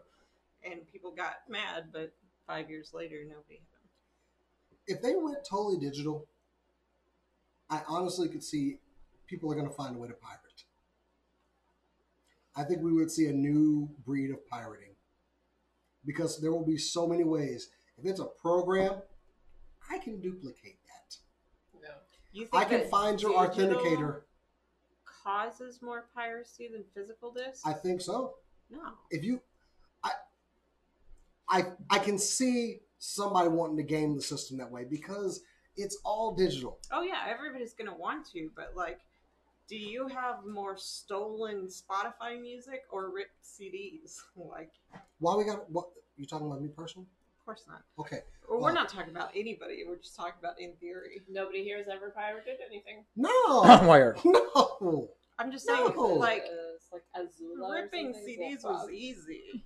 [SPEAKER 3] and people got mad. But five years later, nobody had them.
[SPEAKER 2] If they went totally digital, I honestly could see people are going to find a way to pirate. I think we would see a new breed of pirating because there will be so many ways. If it's a program, I can duplicate that.
[SPEAKER 4] No.
[SPEAKER 3] You
[SPEAKER 2] I can
[SPEAKER 3] that
[SPEAKER 2] find your
[SPEAKER 3] digital
[SPEAKER 2] authenticator.
[SPEAKER 3] Causes more piracy than physical discs.
[SPEAKER 2] I think so.
[SPEAKER 3] no,
[SPEAKER 2] if you I I I can see somebody wanting to game the system that way because it's all digital.
[SPEAKER 3] Oh yeah, everybody's gonna want to, but like, do you have more stolen Spotify music or ripped CDs? [laughs] like,
[SPEAKER 2] Why we got what you talking about me personally?
[SPEAKER 3] of course not.
[SPEAKER 2] Okay.
[SPEAKER 3] Well,
[SPEAKER 2] Well-
[SPEAKER 3] we're not talking about anybody. We're just talking about in theory.
[SPEAKER 4] Nobody here has ever pirated anything.
[SPEAKER 6] [clears throat] [laughs]
[SPEAKER 2] No.
[SPEAKER 6] wire.
[SPEAKER 2] no.
[SPEAKER 3] I'm just
[SPEAKER 2] No.
[SPEAKER 3] saying, like,
[SPEAKER 4] It's like Azula. or
[SPEAKER 3] ripping
[SPEAKER 4] something is
[SPEAKER 3] CDs
[SPEAKER 4] what
[SPEAKER 3] was
[SPEAKER 4] Bob-
[SPEAKER 3] easy.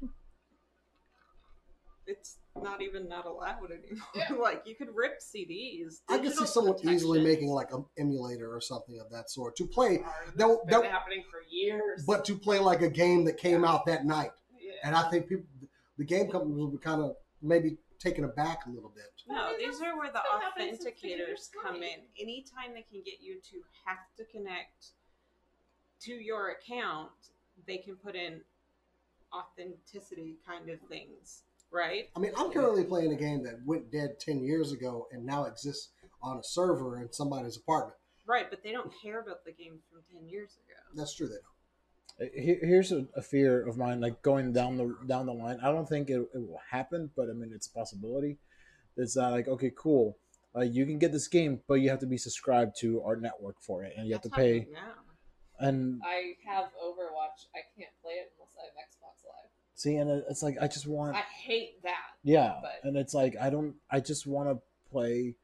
[SPEAKER 3] [laughs] it's not even not allowed anymore.
[SPEAKER 4] Yeah.
[SPEAKER 3] [laughs] like, you could rip CDs.
[SPEAKER 2] I can see
[SPEAKER 3] Digital
[SPEAKER 2] someone easily
[SPEAKER 3] protection.
[SPEAKER 2] making like an emulator or something of that sort to play,
[SPEAKER 4] Hard.
[SPEAKER 2] That-
[SPEAKER 4] It's been
[SPEAKER 2] that-
[SPEAKER 4] happening for years.
[SPEAKER 2] but to play like a game that came out that night.
[SPEAKER 4] yeah.
[SPEAKER 2] And I think people, the game companies will be kind of maybe taken aback a little bit.
[SPEAKER 3] No,
[SPEAKER 4] Well,
[SPEAKER 3] these
[SPEAKER 4] that's-
[SPEAKER 3] are where the
[SPEAKER 4] that's what happens since the
[SPEAKER 3] authenticators
[SPEAKER 4] computer's
[SPEAKER 3] come in.
[SPEAKER 4] fine.
[SPEAKER 3] Anytime they can get you to have to connect to your account, they can put in authenticity kind of things, right?
[SPEAKER 2] I mean, I'm currently playing a game that went dead 10 years ago and now exists on a server in somebody's apartment.
[SPEAKER 3] right, but they don't care about the game from ten years ago.
[SPEAKER 2] That's true. They don't.
[SPEAKER 6] Here, here's a, a fear of mine, like going down the down the line. I don't think it, it will happen, but I mean it's a possibility. It's uh, like okay, cool. Uh, you can get this game, but you have to be subscribed to our network for it, and you have to
[SPEAKER 3] That's
[SPEAKER 6] pay.
[SPEAKER 3] happening now.
[SPEAKER 6] And
[SPEAKER 4] I have Overwatch. I can't play it unless I have Xbox Live.
[SPEAKER 6] see, and it- it's like I just want,
[SPEAKER 4] I hate that.
[SPEAKER 6] yeah,
[SPEAKER 4] but-
[SPEAKER 6] and it's like I don't, I just want to play.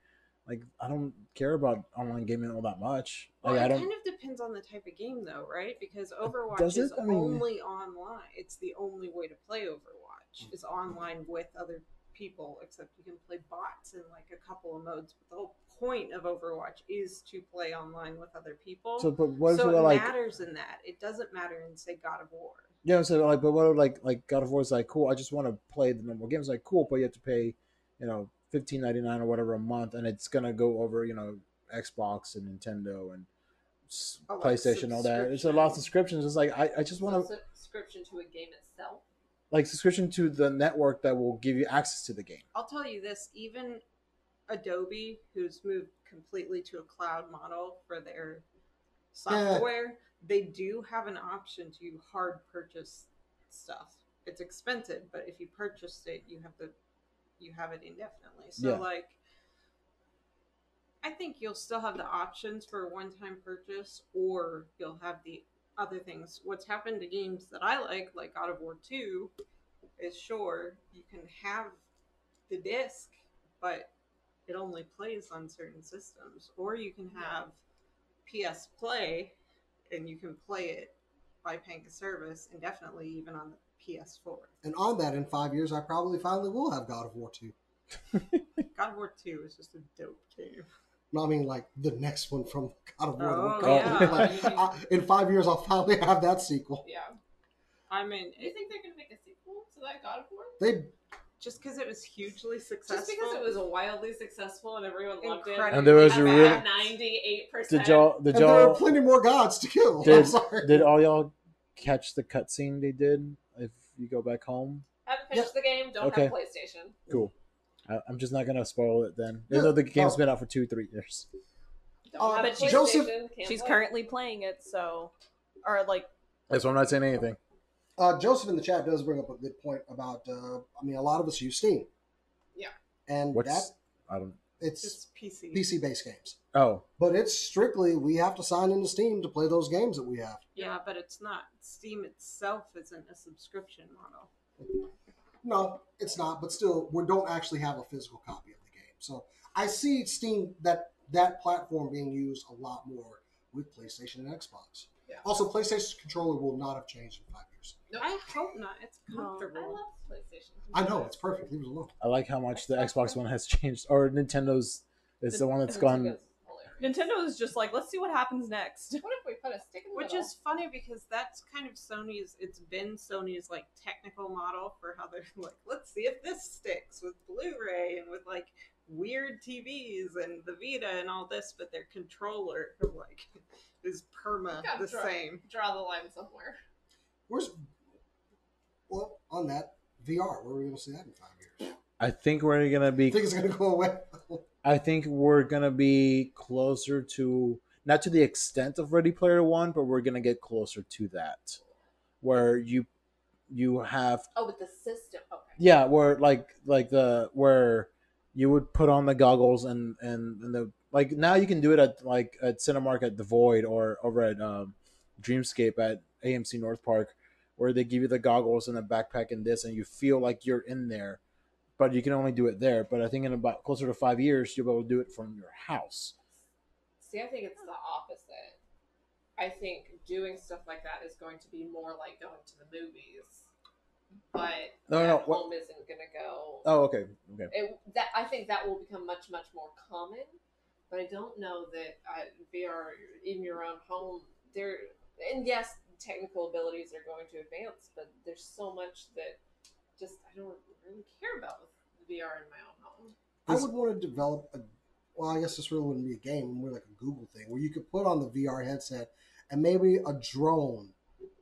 [SPEAKER 6] Like I don't care about online gaming all that much.
[SPEAKER 3] Well,
[SPEAKER 6] Like I
[SPEAKER 3] it
[SPEAKER 6] don't.
[SPEAKER 3] kind of depends on the type of game, though, right? Because Overwatch
[SPEAKER 6] does it?
[SPEAKER 3] is
[SPEAKER 6] I mean-
[SPEAKER 3] only online. It's the only way to play Overwatch. It's online with other people, except you can play bots in like a couple of modes. But the whole point of Overwatch is to play online with other people.
[SPEAKER 6] So,
[SPEAKER 3] So,
[SPEAKER 6] but what if
[SPEAKER 3] it
[SPEAKER 6] we're like,
[SPEAKER 3] matters in that. It doesn't matter in say God of War.
[SPEAKER 6] yeah? So like, but what if like like God of War is like cool? I just want to play the normal games. Like cool, but you have to pay, you know, fifteen ninety nine or whatever a month, and it's gonna go over you know Xbox and Nintendo and s-
[SPEAKER 3] A lot of
[SPEAKER 6] PlayStation, all that. It's a lot of subscriptions. It's like I, I just
[SPEAKER 4] So
[SPEAKER 6] want to
[SPEAKER 4] subscription to a game itself.
[SPEAKER 6] like subscription to the network that will give you access to the game.
[SPEAKER 3] I'll tell you this: even Adobe, who's moved completely to a cloud model for their software, they do have an option to hard purchase stuff. It's expensive, but if you purchase it, you have the you have it indefinitely. So
[SPEAKER 6] Yeah.
[SPEAKER 3] like I think you'll still have the options for a one-time purchase or you'll have the other things. What's happened to games that I like, like God of War 2, is sure you can have the disc, but it only plays on certain systems. Or you can have PS Play and you can play it by paying a service indefinitely, even on the PS4.
[SPEAKER 2] And on that, in five years, I probably finally will have God of War 2.
[SPEAKER 3] God of War 2 is just a dope game.
[SPEAKER 2] No, I mean like the next one from God of War. that we're
[SPEAKER 3] Oh,
[SPEAKER 2] currently
[SPEAKER 3] [laughs] yeah.
[SPEAKER 2] playing. I- in five years, I'll finally have that sequel.
[SPEAKER 4] Yeah.
[SPEAKER 3] I mean,
[SPEAKER 4] You
[SPEAKER 3] it,
[SPEAKER 4] think they're gonna make a sequel to that God of War?
[SPEAKER 2] They
[SPEAKER 3] just because it was hugely successful.
[SPEAKER 4] Just because it was wildly successful and everyone loved it.
[SPEAKER 3] Incredible.
[SPEAKER 6] And there was
[SPEAKER 3] a
[SPEAKER 6] really-
[SPEAKER 4] ninety-eight percent.
[SPEAKER 6] Did y'all? Did
[SPEAKER 2] and there are
[SPEAKER 6] y'all?
[SPEAKER 2] plenty more gods to kill. I'm
[SPEAKER 6] Did-
[SPEAKER 2] sorry.
[SPEAKER 6] Did all y'all catch the cutscene they did? If you go back home,
[SPEAKER 4] Haven't finished the game. Don't
[SPEAKER 6] Okay.
[SPEAKER 4] have a PlayStation.
[SPEAKER 6] cool. I, I'm just not gonna spoil it then,
[SPEAKER 2] Yeah.
[SPEAKER 6] even though the game's
[SPEAKER 2] Oh.
[SPEAKER 6] been out for two, three years.
[SPEAKER 4] Don't
[SPEAKER 2] Uh,
[SPEAKER 4] have a
[SPEAKER 2] but
[SPEAKER 4] PlayStation.
[SPEAKER 2] Joseph-
[SPEAKER 4] can't
[SPEAKER 5] She's
[SPEAKER 4] play.
[SPEAKER 5] currently playing it, so or like
[SPEAKER 6] That's why I'm not saying anything.
[SPEAKER 2] Uh, Joseph in the chat does bring up a good point about. Uh, I mean, a lot of us use Steam.
[SPEAKER 4] Yeah.
[SPEAKER 2] And
[SPEAKER 6] What's I don't.
[SPEAKER 2] that it's
[SPEAKER 3] just PC.
[SPEAKER 2] PC based games,
[SPEAKER 6] Oh,
[SPEAKER 2] but it's strictly we have to sign into Steam to play those games that we have.
[SPEAKER 3] Yeah, but it's not. Steam itself isn't a subscription model.
[SPEAKER 2] No, it's not. But still, we don't actually have a physical copy of the game. So I see Steam that that platform being used a lot more with PlayStation and Xbox.
[SPEAKER 4] Yeah.
[SPEAKER 2] Also, PlayStation's controller will not have changed in five years.
[SPEAKER 3] I hope not. It's
[SPEAKER 5] No.
[SPEAKER 3] comfortable.
[SPEAKER 4] I love PlayStation.
[SPEAKER 2] I know it's perfect. Leave it alone.
[SPEAKER 6] I like how much the Xbox One has [laughs] changed, or Nintendo's is the, one that's
[SPEAKER 4] Nintendo's
[SPEAKER 6] gone.
[SPEAKER 4] hilarious.
[SPEAKER 5] Nintendo is just like, let's see what happens next.
[SPEAKER 4] What if we put a stick in the
[SPEAKER 3] Which
[SPEAKER 4] middle?
[SPEAKER 3] is funny because that's kind of Sony's. It's been Sony's like technical model for how they're [laughs] like, let's see if this sticks with Blu-ray and with like weird TVs and the Vita and all this, but their controller [laughs] like is perma
[SPEAKER 4] Got
[SPEAKER 3] the
[SPEAKER 4] drunk.
[SPEAKER 3] same.
[SPEAKER 4] draw the line somewhere.
[SPEAKER 2] Where's well on that VR? Where are we going to see that in five years?
[SPEAKER 6] I think we're gonna
[SPEAKER 2] I
[SPEAKER 6] be.
[SPEAKER 2] think it's going to go away.
[SPEAKER 6] I think we're gonna be closer to not to the extent of Ready Player One, but we're gonna get closer to that, where you you have
[SPEAKER 4] Oh, with the system. Okay.
[SPEAKER 6] yeah, where like like the where you would put on the goggles and and, and the like now you can do it at like at Cinemark at the Void or over at um, Dreamscape at AMC North Park where they give you the goggles and a backpack and this and you feel like you're in there, but you can only do it there. But I think in about closer to five years you'll be able to do it from your house.
[SPEAKER 4] See, I think it's the opposite. I think doing stuff like that is going to be more like going to the movies, but
[SPEAKER 6] No,
[SPEAKER 4] at
[SPEAKER 6] no, what-
[SPEAKER 4] home is isn't going to go.
[SPEAKER 6] Oh, okay, okay.
[SPEAKER 4] It, that I think that will become much much more common, but I don't know that uh, VR in your own home there. And yes, technical abilities are going to advance, but there's so much that just I don't really care about with VR in my own home.
[SPEAKER 2] I would want to develop a. Well, I guess this really wouldn't be a game, more like a Google thing, where you could put on the VR headset and maybe a drone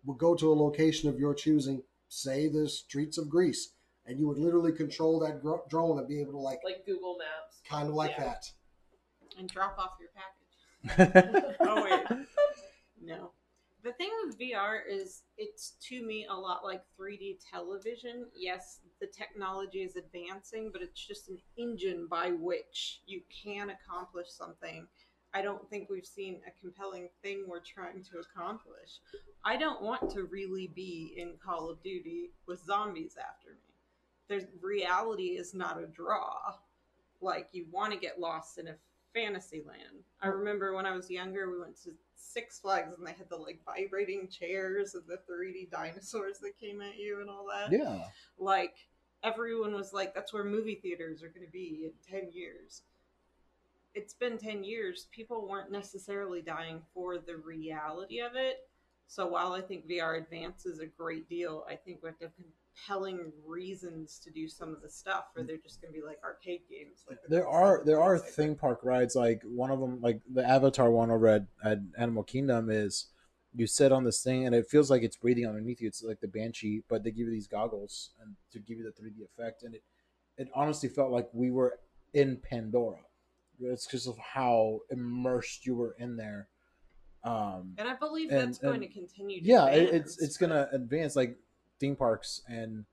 [SPEAKER 2] would go to a location of your choosing, say the streets of Greece, and you would literally control that gro- drone and be able to like,
[SPEAKER 4] Like Google Maps.
[SPEAKER 2] kind of like
[SPEAKER 4] Yeah.
[SPEAKER 2] that.
[SPEAKER 3] And drop off your package. [laughs]
[SPEAKER 6] [laughs]
[SPEAKER 3] Oh wait. no. The thing with VR is it's to me a lot like 3D television. Yes, the technology is advancing, but it's just an engine by which you can accomplish something. I don't think we've seen a compelling thing we're trying to accomplish. I don't want to really be in Call of Duty with zombies after me. There's reality is not a draw like you want to get lost in a fantasy land. I remember when I was younger, we went to Six Flags and they had the like vibrating chairs and the 3D dinosaurs that came at you and all that.
[SPEAKER 6] yeah.
[SPEAKER 3] Like everyone was like, that's where movie theaters are going to be in 10 years. It's been 10 years. People weren't necessarily dying for the reality of it. So while I think VR advances a great deal, I think we have to have compelling reasons to do some of the stuff, or they're just going to be like arcade games. Like
[SPEAKER 6] There are there are theme park rides like one of them like the Avatar one over at, at Animal Kingdom is you sit on this thing and it feels like it's breathing underneath you. It's like the banshee, but they give you these goggles and to give you the 3D effect, and it it honestly felt like we were in Pandora. It's because of how immersed you were in there. Um,
[SPEAKER 3] And I believe
[SPEAKER 6] And-
[SPEAKER 3] that's going
[SPEAKER 6] and-
[SPEAKER 3] to continue. To
[SPEAKER 6] yeah it,
[SPEAKER 3] advance,
[SPEAKER 6] it's it's gonna advance like theme parks and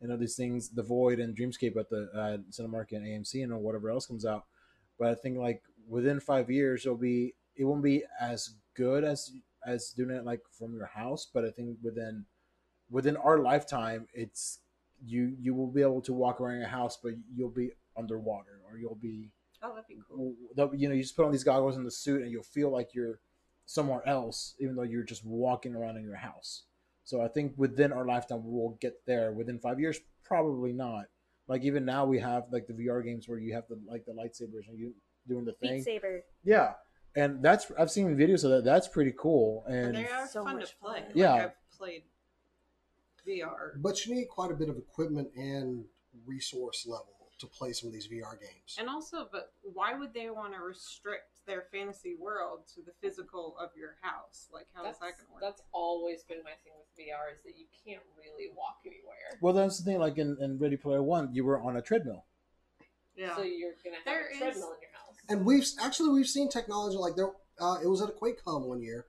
[SPEAKER 6] you know these things the void and dreamscape at the uh, cinemark and amc and whatever else comes out but i think like within five years it'll be it won't be as good as as doing it like from your house but i think within within our lifetime it's you you will be able to walk around your house but you'll be underwater or you'll be
[SPEAKER 3] Oh, that'd be cool.
[SPEAKER 6] w- that- you know you just put on these goggles and the suit and you'll feel like you're somewhere else even though you're just walking around in your house so i think within our lifetime we'll get there within five years probably not like even now we have like the vr games where you have the like the lightsabers and you doing the thing
[SPEAKER 7] Beat Saber.
[SPEAKER 6] yeah and that's i've seen videos of that that's pretty cool
[SPEAKER 3] And
[SPEAKER 6] and
[SPEAKER 3] they are
[SPEAKER 7] so
[SPEAKER 3] fun to
[SPEAKER 7] much
[SPEAKER 3] play.
[SPEAKER 7] fun.
[SPEAKER 3] Like,
[SPEAKER 6] Yeah.
[SPEAKER 3] I've played VR,
[SPEAKER 2] But you need quite a bit of equipment and resource level to play some of these VR games.
[SPEAKER 3] and also, but why would they want to restrict their fantasy world to the physical of your house? Like, how is
[SPEAKER 4] That's,
[SPEAKER 3] that going to work?
[SPEAKER 4] that's always been my thing with VR is that you can't really walk anywhere.
[SPEAKER 6] well that's the thing like in, in ready player one you were on a treadmill
[SPEAKER 3] Yeah.
[SPEAKER 4] So you're gonna have
[SPEAKER 3] There
[SPEAKER 4] a
[SPEAKER 3] is-
[SPEAKER 4] treadmill in your house.
[SPEAKER 2] and we've actually we've seen technology like there. Uh, it was at a QuakeCon one year.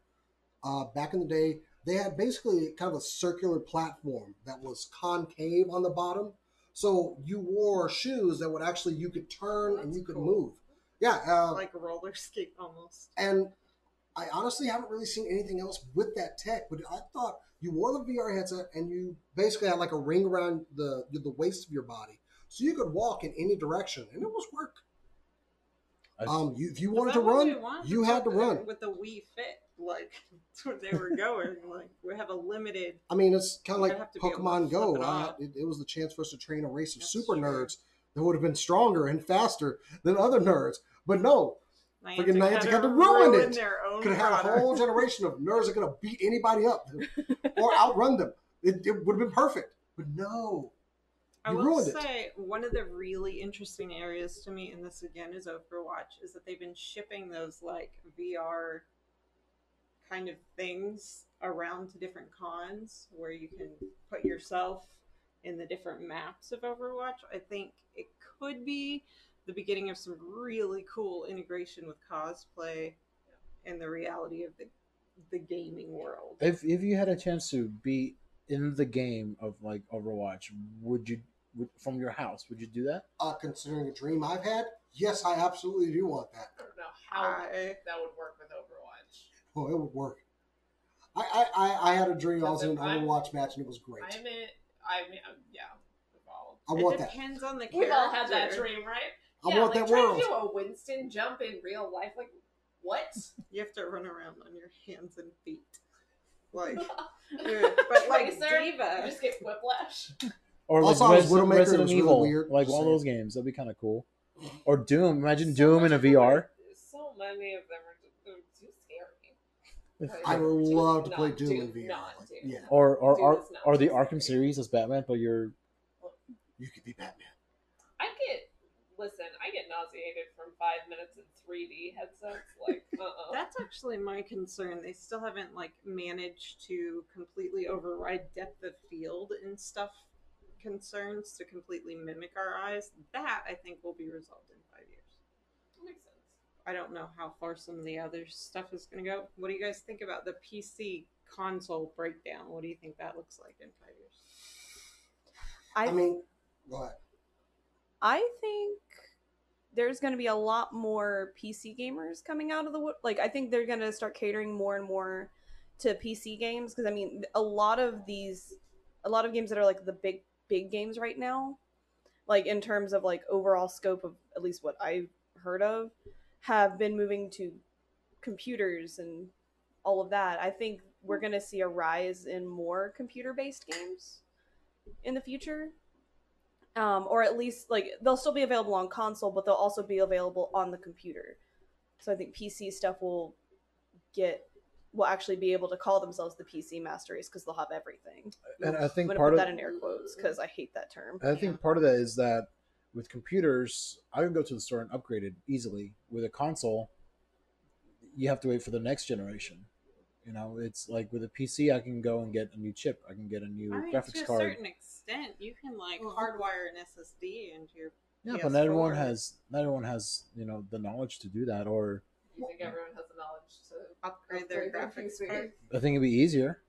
[SPEAKER 2] Uh, back in the day, they had basically kind of a circular platform that was concave on the bottom, so you wore shoes that would actually you could turn and
[SPEAKER 3] That's
[SPEAKER 2] you could
[SPEAKER 3] cool.
[SPEAKER 2] move. Yeah, uh,
[SPEAKER 3] like roller skate almost.
[SPEAKER 2] and I honestly haven't really seen anything else with that tech. But I thought you wore the VR headset and you basically had like a ring around the the waist of your body, so you could walk in any direction, and it was work.
[SPEAKER 6] I-
[SPEAKER 2] Um, you, if you
[SPEAKER 3] Is
[SPEAKER 2] wanted
[SPEAKER 3] that
[SPEAKER 2] to
[SPEAKER 3] what
[SPEAKER 2] run,
[SPEAKER 3] they want?
[SPEAKER 2] you
[SPEAKER 3] That's
[SPEAKER 2] had to
[SPEAKER 3] what they-
[SPEAKER 2] run.
[SPEAKER 3] with the Wii Fit. Like [laughs] that's where they were going. like we have a limited.
[SPEAKER 2] I mean, it's kind of
[SPEAKER 3] You'd
[SPEAKER 2] like
[SPEAKER 3] have to be able to
[SPEAKER 2] Pokemon
[SPEAKER 3] flip
[SPEAKER 2] Go.
[SPEAKER 3] it
[SPEAKER 2] Uh,
[SPEAKER 3] off.
[SPEAKER 2] it, it was the chance for us to train a race of
[SPEAKER 3] That's
[SPEAKER 2] super
[SPEAKER 3] true.
[SPEAKER 2] nerds that would have been stronger and faster than other nerds. But no, Friggin' Niantic had to ruin it.
[SPEAKER 3] Their own
[SPEAKER 2] could have had a
[SPEAKER 3] product.
[SPEAKER 2] whole generation of nerds that could have beat anybody up
[SPEAKER 3] [laughs]
[SPEAKER 2] or outrun them. It, it would have been perfect. But no,
[SPEAKER 3] I
[SPEAKER 2] You
[SPEAKER 3] will
[SPEAKER 2] ruined it.
[SPEAKER 3] say one of the really interesting areas to me, and this again is Overwatch, is that they've been shipping those like VR kind of things around to different cons where you can put yourself in the different maps of Overwatch. I think it could be the beginning of some really cool integration with cosplay and the reality of the the gaming world.
[SPEAKER 6] if if you had a chance to be in the game of like overwatch would you would, from your house would you do that
[SPEAKER 2] uh, considering a dream I've had, yes, I absolutely do want that.
[SPEAKER 4] I don't know how
[SPEAKER 3] I,
[SPEAKER 4] that would work with Overwatch.
[SPEAKER 2] Oh, it would work. I, I, I, I had a dream. I was in an
[SPEAKER 4] Because if I'm-
[SPEAKER 2] Overwatch match and it was great.
[SPEAKER 4] I'm in. I mean, um, yeah, we've all.
[SPEAKER 2] I want
[SPEAKER 3] it
[SPEAKER 2] that.
[SPEAKER 3] depends on the character.
[SPEAKER 4] We've all had that dream, right?
[SPEAKER 2] I
[SPEAKER 4] yeah,
[SPEAKER 2] want
[SPEAKER 4] like
[SPEAKER 2] that
[SPEAKER 4] trying
[SPEAKER 2] world.
[SPEAKER 4] to do a Winston jump in real life, like what?
[SPEAKER 3] You have to run around on your hands and feet. Like, dude, but
[SPEAKER 4] Like,
[SPEAKER 3] like
[SPEAKER 4] is there- You
[SPEAKER 3] Diva.
[SPEAKER 4] just get whiplash.
[SPEAKER 6] Or like
[SPEAKER 2] Also, I was
[SPEAKER 6] Res-
[SPEAKER 2] Widowmaker, it
[SPEAKER 6] Resident
[SPEAKER 2] was really
[SPEAKER 6] Evil,
[SPEAKER 2] weird.
[SPEAKER 6] like
[SPEAKER 2] Just
[SPEAKER 6] all
[SPEAKER 2] saying.
[SPEAKER 6] those games. That'd be kind of cool. Or Doom. Imagine
[SPEAKER 4] So
[SPEAKER 6] Doom
[SPEAKER 4] much
[SPEAKER 6] in a
[SPEAKER 4] of them
[SPEAKER 6] VR.
[SPEAKER 4] are- So many of them are just, they're too scary. Like,
[SPEAKER 2] I would
[SPEAKER 4] just
[SPEAKER 2] love to play
[SPEAKER 4] not
[SPEAKER 2] Doom in VR.
[SPEAKER 4] Not
[SPEAKER 2] Like,
[SPEAKER 4] Doom.
[SPEAKER 2] yeah.
[SPEAKER 6] Or or
[SPEAKER 4] Doom
[SPEAKER 6] or,
[SPEAKER 4] is not
[SPEAKER 6] or the
[SPEAKER 4] too
[SPEAKER 6] Arkham
[SPEAKER 4] scary.
[SPEAKER 6] series as Batman, but you're
[SPEAKER 2] You could be Batman.
[SPEAKER 4] I get listen. I get nauseated from five minutes in 3D headsets.
[SPEAKER 3] [laughs]
[SPEAKER 4] Like, uh, uh
[SPEAKER 3] That's actually my concern. They still haven't like managed to completely override depth of field and stuff concerns to completely mimic our eyes. That I think will be resolved in five years.
[SPEAKER 4] makes sense.
[SPEAKER 3] I don't know how far some of the other stuff is going to go. What do you guys think about the PC console breakdown? What do you think that looks like in five years?
[SPEAKER 5] I,
[SPEAKER 2] I mean, go ahead.
[SPEAKER 5] I think there's going to be a lot more PC gamers coming out of the wood. Like, I think they're going to start catering more and more to PC games because I mean, a lot of these, a lot of games that are like the big, big games right now, like in terms of like overall scope of at least what I've heard of, have been moving to computers and all of that. I think we're going to see a rise in more computer based games in the future um, or at least like they'll still be available on console, but they'll also be available on the computer. So I think PC stuff will get will actually be able to call themselves the PC Master Race because they'll have everything.
[SPEAKER 6] And I
[SPEAKER 5] I'm
[SPEAKER 6] think
[SPEAKER 5] gonna
[SPEAKER 6] part of
[SPEAKER 5] put
[SPEAKER 6] Uh,
[SPEAKER 5] that in air quotes because I hate that term.
[SPEAKER 6] I think part of that is that with computers, I can go to the store and upgrade it easily. With a console, you have to wait for the next generation. You know, it's like with a PC, I can go and get a new chip. I can get a new
[SPEAKER 3] I mean, to
[SPEAKER 6] graphics
[SPEAKER 3] a
[SPEAKER 6] card.
[SPEAKER 3] certain extent, you can like hardwire an SSD into your.
[SPEAKER 6] Yeah, but not everyone
[SPEAKER 3] PS4.
[SPEAKER 6] has not everyone has you know the knowledge to do that. Or
[SPEAKER 4] You think everyone has the knowledge to
[SPEAKER 3] Upgrade their graphics card.
[SPEAKER 6] I think it'd be easier.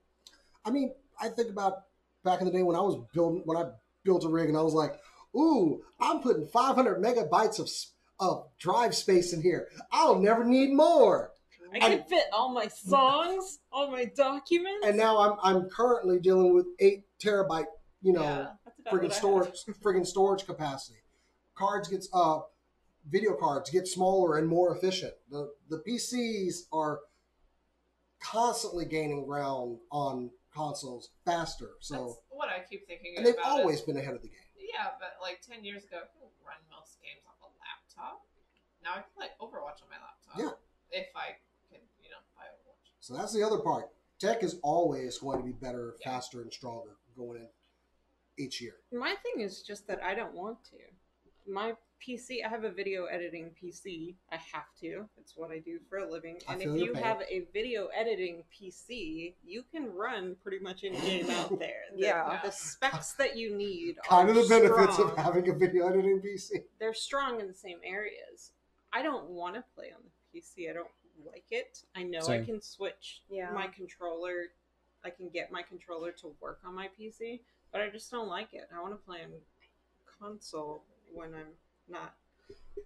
[SPEAKER 2] I mean, I think about back in the day when I was building when I built a rig, and I was like, "Ooh, I'm putting 500 megabytes of s- of drive space in here. I'll never need more."
[SPEAKER 3] I can fit all my songs, all my documents.
[SPEAKER 2] And now I'm I'm currently dealing with eight terabyte, you know,
[SPEAKER 4] Yeah,
[SPEAKER 3] That's about what
[SPEAKER 2] friggin'
[SPEAKER 3] I have.
[SPEAKER 2] storage [laughs] friggin' storage capacity. Cards gets uh video cards get smaller and more efficient. The the PCs are constantly gaining ground on consoles faster. So
[SPEAKER 4] That's what I keep thinking
[SPEAKER 2] and they've
[SPEAKER 4] about. it.
[SPEAKER 2] always been ahead of the game.
[SPEAKER 4] Yeah, but like ten years ago, I could run most games off a laptop. Now I can play Overwatch on my laptop.
[SPEAKER 2] Yeah.
[SPEAKER 4] If I can, you know, buy Overwatch.
[SPEAKER 2] So that's the other part. Tech is always going to be better,
[SPEAKER 4] Yeah.
[SPEAKER 2] faster, and stronger going in each year.
[SPEAKER 3] My thing is just that I don't want to. My PC, I have a video editing PC. I have to. It's what I do for a living.
[SPEAKER 2] I
[SPEAKER 3] and
[SPEAKER 2] feel
[SPEAKER 3] if
[SPEAKER 2] your
[SPEAKER 3] you
[SPEAKER 2] pain.
[SPEAKER 3] have a video editing PC, you can run pretty much any game out there. [laughs] The-
[SPEAKER 5] Yeah.
[SPEAKER 3] The specs that you need
[SPEAKER 5] Oh,
[SPEAKER 2] Kind
[SPEAKER 3] are
[SPEAKER 2] of the benefits
[SPEAKER 3] strong.
[SPEAKER 2] of having a video editing PC.
[SPEAKER 3] They're strong in the same areas. I don't want to play on the PC. I don't like it. I know I
[SPEAKER 6] Same.
[SPEAKER 3] can switch
[SPEAKER 5] Yeah.
[SPEAKER 3] my controller. I can get my controller to work on my PC, but I just don't like it. I want to play on console when I'm not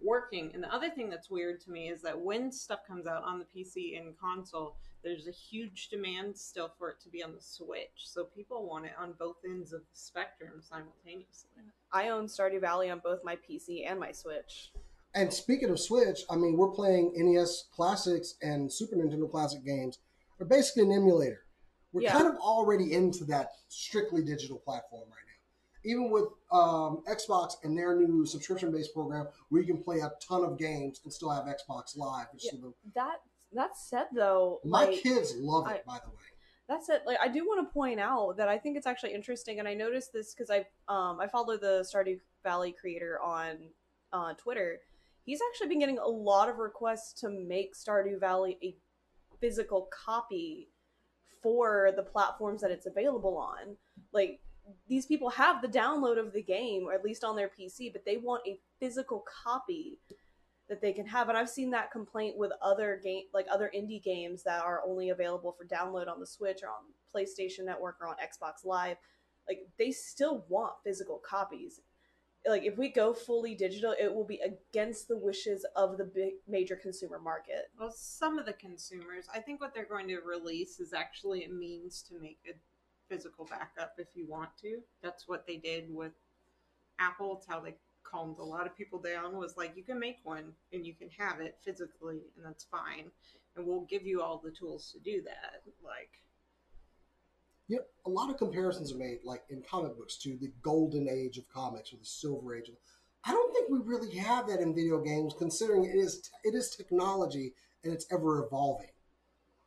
[SPEAKER 3] working. And the other thing that's weird to me is that when stuff comes out on the PC and console, there's a huge demand still for it to be on the Switch. So people want it on both ends of the spectrum simultaneously.
[SPEAKER 5] I own Stardew Valley on both my PC and my Switch.
[SPEAKER 2] And speaking of Switch, I mean, we're playing NES classics and Super Nintendo classic games are basically an emulator. We're
[SPEAKER 5] Yeah.
[SPEAKER 2] kind of already into that strictly digital platform right now. Even with um, Xbox and their new subscription-based program, where you can play a ton of games and still have Xbox Live. Which is the,
[SPEAKER 5] That that said though,
[SPEAKER 2] my
[SPEAKER 5] like,
[SPEAKER 2] kids love it,
[SPEAKER 5] I-
[SPEAKER 2] by the way.
[SPEAKER 5] That's it. Like I do want to point out that I think it's actually interesting, and I noticed this because I um I follow the Stardew Valley creator on uh, Twitter. He's actually been getting a lot of requests to make Stardew Valley a physical copy for the platforms that it's available on. Like these people have the download of the game, or at least on their PC, but they want a physical copy that they can have. And I've seen that complaint with other game, like other indie games that are only available for download on the Switch or on PlayStation Network or on Xbox Live. Like they still want physical copies. Like if we go fully digital, it will be against the wishes of the big major consumer market.
[SPEAKER 3] Well, some of the consumers, I think what they're going to release is actually a means to make a physical backup if you want to. That's what they did with Apple. It's how they calmed a lot of people down was like you can make one and you can have it physically and that's fine and we'll give you all the tools to do that like
[SPEAKER 2] you know, a lot of comparisons are made, like in comic books, to the golden age of comics or the silver age. I don't think we really have that in video games, considering it is it is technology and it's ever evolving.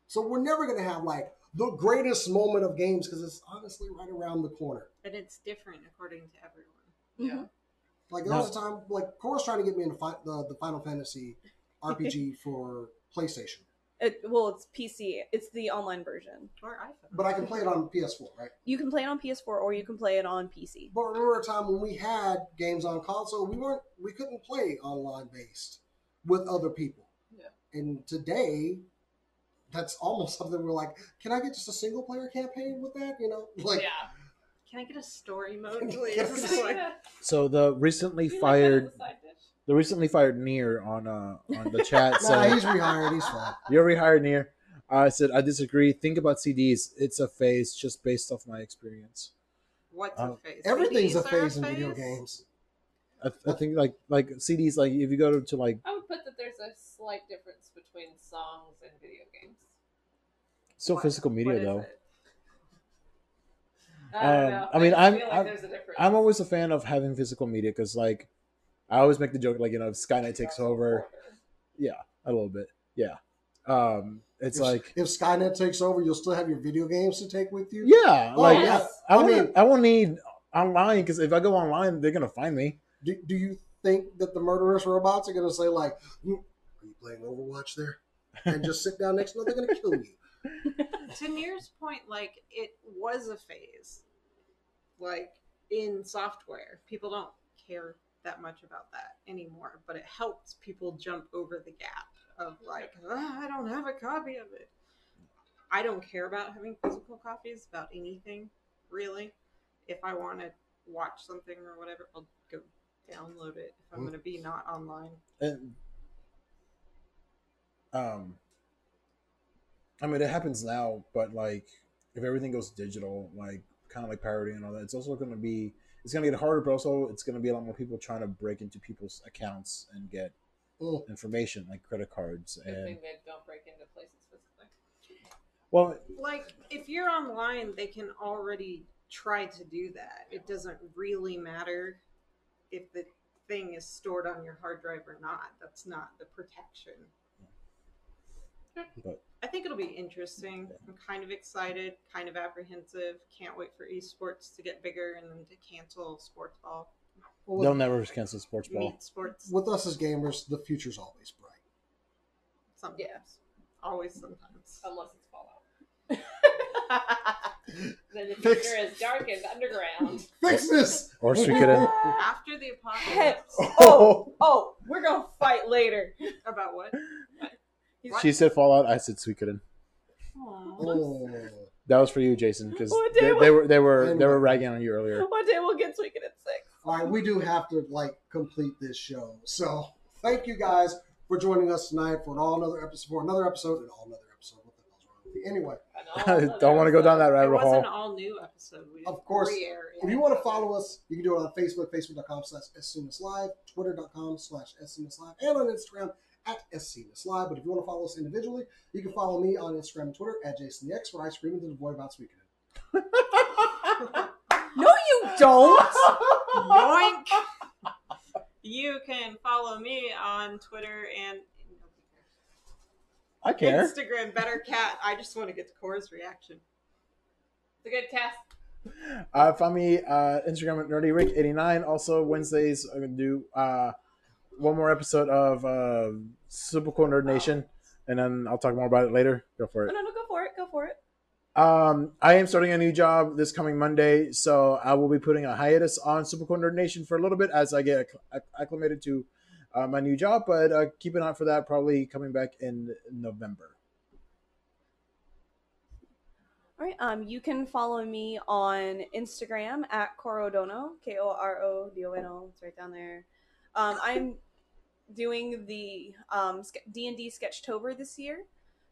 [SPEAKER 2] So we're never going to have like the greatest moment of games because it's honestly right around the corner.
[SPEAKER 3] and it's different according to everyone
[SPEAKER 4] Yeah.
[SPEAKER 2] Like there was a time, like Cora's trying to get me into fi- the, the Final Fantasy RPG for PlayStation,
[SPEAKER 5] It, well, it's PC. It's the online version.
[SPEAKER 3] or iPhone.
[SPEAKER 2] but I can play it on PS4, right?
[SPEAKER 5] You can play it on PS4 or you can play it on PC.
[SPEAKER 2] But remember a time when we had games on console, we weren't we couldn't play online based with other people.
[SPEAKER 4] Yeah.
[SPEAKER 2] And today, that's almost something we're like, can I get just a single player campaign with that? You know, [laughs] like
[SPEAKER 4] yeah.
[SPEAKER 3] [laughs] Can I get a story mode,
[SPEAKER 2] Yes.
[SPEAKER 3] please?
[SPEAKER 4] Like,
[SPEAKER 3] Like,
[SPEAKER 6] So the recently fired, the recently fired Near on uh on the
[SPEAKER 3] [laughs]
[SPEAKER 6] chat
[SPEAKER 2] nah,
[SPEAKER 6] said,
[SPEAKER 2] he's rehired. He's fine.
[SPEAKER 6] "You're rehired, Near." I said, "I disagree. Think about CDs. It's a phase, just based off my experience.
[SPEAKER 3] [laughs] what's
[SPEAKER 6] Uh,
[SPEAKER 3] a phase?
[SPEAKER 2] Um, Everything's a
[SPEAKER 3] CDs are
[SPEAKER 2] phase in video games.
[SPEAKER 6] I, I think like like CDs, like if you go to, to like
[SPEAKER 4] I would put that there's a slight difference between songs and video games.
[SPEAKER 6] still
[SPEAKER 3] What-
[SPEAKER 6] physical media
[SPEAKER 3] what is
[SPEAKER 6] though."
[SPEAKER 3] it?
[SPEAKER 4] I don't
[SPEAKER 6] Um,
[SPEAKER 4] know.
[SPEAKER 6] I mean,
[SPEAKER 4] just
[SPEAKER 6] I'm-
[SPEAKER 4] feel like
[SPEAKER 6] I'm-
[SPEAKER 4] there's a difference.
[SPEAKER 6] I'm always a fan of having physical media because, like, I always make the joke, like, you know, if Skynet takes over, yeah, a little bit, yeah. Um, it's
[SPEAKER 2] If-
[SPEAKER 6] like,
[SPEAKER 2] if Skynet takes over, you'll still have your video games to take with you.
[SPEAKER 6] yeah,
[SPEAKER 2] Oh,
[SPEAKER 6] like,
[SPEAKER 2] yeah.
[SPEAKER 6] I,
[SPEAKER 2] I
[SPEAKER 6] won't,
[SPEAKER 2] mean-
[SPEAKER 6] I won't need online because if I go online, they're gonna find me.
[SPEAKER 2] Do, do you think that the murderous robots are going to say like, "Hmm, "Are you playing Overwatch
[SPEAKER 6] [laughs]
[SPEAKER 2] there?" and just sit down next to them? They're going to kill you.
[SPEAKER 3] to Nir's point, like it was a phase, like in software, people don't care that much about that anymore, but it helps people jump over the gap of like, "Ah, I don't have a copy of it. I don't care about having physical copies about anything, really. If I want to watch something or whatever, I'll go download it if I'm
[SPEAKER 2] Mm.
[SPEAKER 3] going to be not online.
[SPEAKER 6] And, um, I mean, it happens now, but like, if everything goes digital, like, kind of like pirating and all that, it's also gonna be, it's gonna get harder, but also it's gonna be a lot more people trying to break into people's accounts and get
[SPEAKER 2] Mm.
[SPEAKER 6] information like credit cards
[SPEAKER 4] Good
[SPEAKER 6] and
[SPEAKER 4] thing they don't break into places physically.
[SPEAKER 6] well
[SPEAKER 3] like if you're online they can already try to do that it doesn't really matter if the thing is stored on your hard drive or not that's not the protection
[SPEAKER 6] But-
[SPEAKER 3] i think it'll be interesting i'm kind of excited kind of apprehensive can't wait for esports to get bigger and then to cancel sports ball
[SPEAKER 2] Well,
[SPEAKER 6] they'll
[SPEAKER 2] with,
[SPEAKER 6] never cancel sports ball
[SPEAKER 3] meet sports
[SPEAKER 2] with us as gamers, the future's always bright.
[SPEAKER 3] sometimes always sometimes
[SPEAKER 1] Oh.
[SPEAKER 4] Unless it's Fallout. then the
[SPEAKER 2] Fix-
[SPEAKER 4] future is dark and underground.
[SPEAKER 2] Fix this.
[SPEAKER 6] or so we could [laughs] end
[SPEAKER 3] after the
[SPEAKER 5] Heck,
[SPEAKER 3] apocalypse
[SPEAKER 5] oh, oh, we're gonna fight later.
[SPEAKER 3] about
[SPEAKER 6] [laughs]
[SPEAKER 3] what
[SPEAKER 6] she said fallout i said suikoden
[SPEAKER 2] Oh.
[SPEAKER 6] that was for you jason because
[SPEAKER 5] What
[SPEAKER 6] they,
[SPEAKER 5] day
[SPEAKER 6] they were they were
[SPEAKER 2] Anyway.
[SPEAKER 6] they were ragging on you earlier [laughs]
[SPEAKER 5] One day we'll get tweaking at six.
[SPEAKER 2] All right, we do have to like complete this show. So thank you guys for joining us tonight for an all another episode for another episode and all another episode. What the hell's wrong with me? Anyway.
[SPEAKER 6] i don't want to go down that
[SPEAKER 3] it
[SPEAKER 6] rabbit
[SPEAKER 3] was an
[SPEAKER 6] hole
[SPEAKER 3] all new episode we
[SPEAKER 2] Of course.
[SPEAKER 3] re-air it.
[SPEAKER 2] If you want
[SPEAKER 3] [laughs]
[SPEAKER 2] to follow us, you can do it on Facebook, facebook.com slash live, twitter.com slash live, and on Instagram at live. But if you want to follow us individually, you can follow me on Instagram and Twitter at JasonX, where I scream into the void about speaking.
[SPEAKER 5] No, you don't.
[SPEAKER 6] [laughs]
[SPEAKER 3] Yoink! You can follow me on Twitter and
[SPEAKER 6] i care
[SPEAKER 3] Instagram. Better cat. I just want to get to Cora's reaction.
[SPEAKER 4] It's a good cast.
[SPEAKER 6] uh find me uh instagram at nerdy rick 89 also wednesdays i'm gonna do uh one more episode of uh super cool nerd nation and then i'll talk more about it later go for
[SPEAKER 5] No,
[SPEAKER 6] it
[SPEAKER 5] no, no, go for it. Go for it.
[SPEAKER 6] Um, I am starting a new job this coming Monday, so I will be putting a hiatus on Supercoin Nerd Nation for a little bit as I get acc- acc- acclimated to uh, my new job. But uh, keep an eye out for that. Probably coming back in November. [laughs]
[SPEAKER 5] All right. Um, you can follow me on Instagram at Corodono, K O R O D O N O. It's right down there. Um, I'm doing the um D and D Sketchtober this year.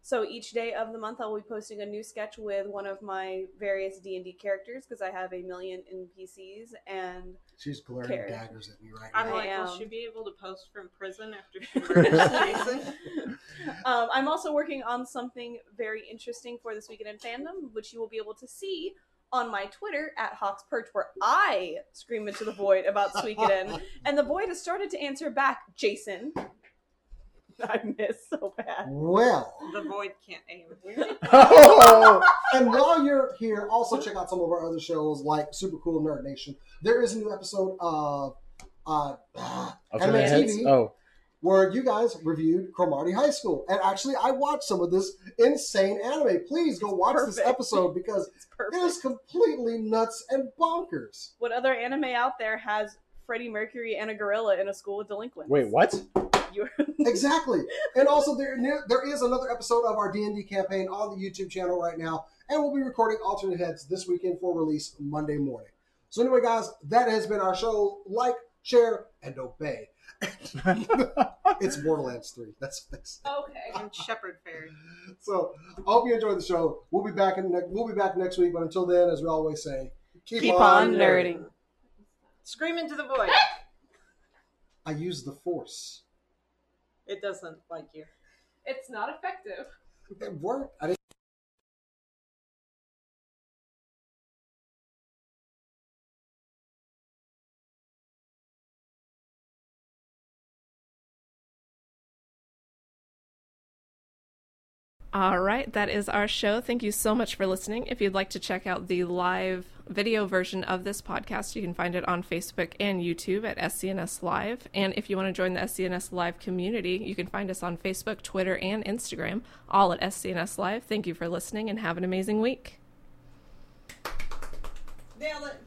[SPEAKER 5] So each day of the month, I will be posting a new sketch with one of my various D and D characters because I have a million NPCs and
[SPEAKER 2] She's glaring
[SPEAKER 5] Care.
[SPEAKER 2] daggers at me right
[SPEAKER 3] I'm
[SPEAKER 2] now.
[SPEAKER 3] like,
[SPEAKER 5] I
[SPEAKER 3] will
[SPEAKER 5] am.
[SPEAKER 3] she be able to post from prison after she murders Jason?
[SPEAKER 5] [laughs] um, I'm also working on something very interesting for this weekend in fandom, which you will be able to see on my Twitter at Hawks Perch, where I scream into the void about [laughs] Suikoden, and the void has started to answer back, Jason. I miss so bad.
[SPEAKER 2] well,
[SPEAKER 3] The void can't aim.
[SPEAKER 6] oh,
[SPEAKER 2] and while you're here, also check out some of our other shows like Super Cool Nerd Nation. There is a new episode of uh, [sighs]
[SPEAKER 6] I'll turn
[SPEAKER 2] Anime
[SPEAKER 6] my heads.
[SPEAKER 2] TV.
[SPEAKER 6] Oh,
[SPEAKER 2] where you guys reviewed Cromarty High School. And actually, I watched some of this insane anime. Please go watch this
[SPEAKER 5] perfect.
[SPEAKER 2] episode because
[SPEAKER 5] It's
[SPEAKER 2] it is
[SPEAKER 5] perfect.
[SPEAKER 2] completely nuts and bonkers.
[SPEAKER 5] What other anime out there has Freddie Mercury and a gorilla in a school with delinquents?
[SPEAKER 6] wait, what?
[SPEAKER 5] you
[SPEAKER 2] exactly. And also, there there is another episode of our D and D campaign on the YouTube channel right now, and we'll be recording alternate heads this weekend for release Monday morning. So anyway, guys, that has been our show. Like, share, and obey. it's Borderlands Three. That's that's
[SPEAKER 4] Okay.
[SPEAKER 3] And Shepherd Fair.
[SPEAKER 2] so. I hope you enjoyed the show. We'll be back in ne- we'll be back next week. But until then, as we always say,
[SPEAKER 5] Keep on nerding.
[SPEAKER 3] Scream into the void.
[SPEAKER 2] I use the force.
[SPEAKER 3] It doesn't like you.
[SPEAKER 4] It's not effective.
[SPEAKER 2] It worked. I didn't
[SPEAKER 1] All right, that is our show. Thank you so much for listening. If you'd like to check out the live video version of this podcast, you can find it on Facebook and YouTube at SCNS Live. And if you want to join the SCNS Live community, you can find us on Facebook, Twitter, and Instagram, all at SCNS Live. Thank you for listening and have an amazing week.
[SPEAKER 3] Nail it.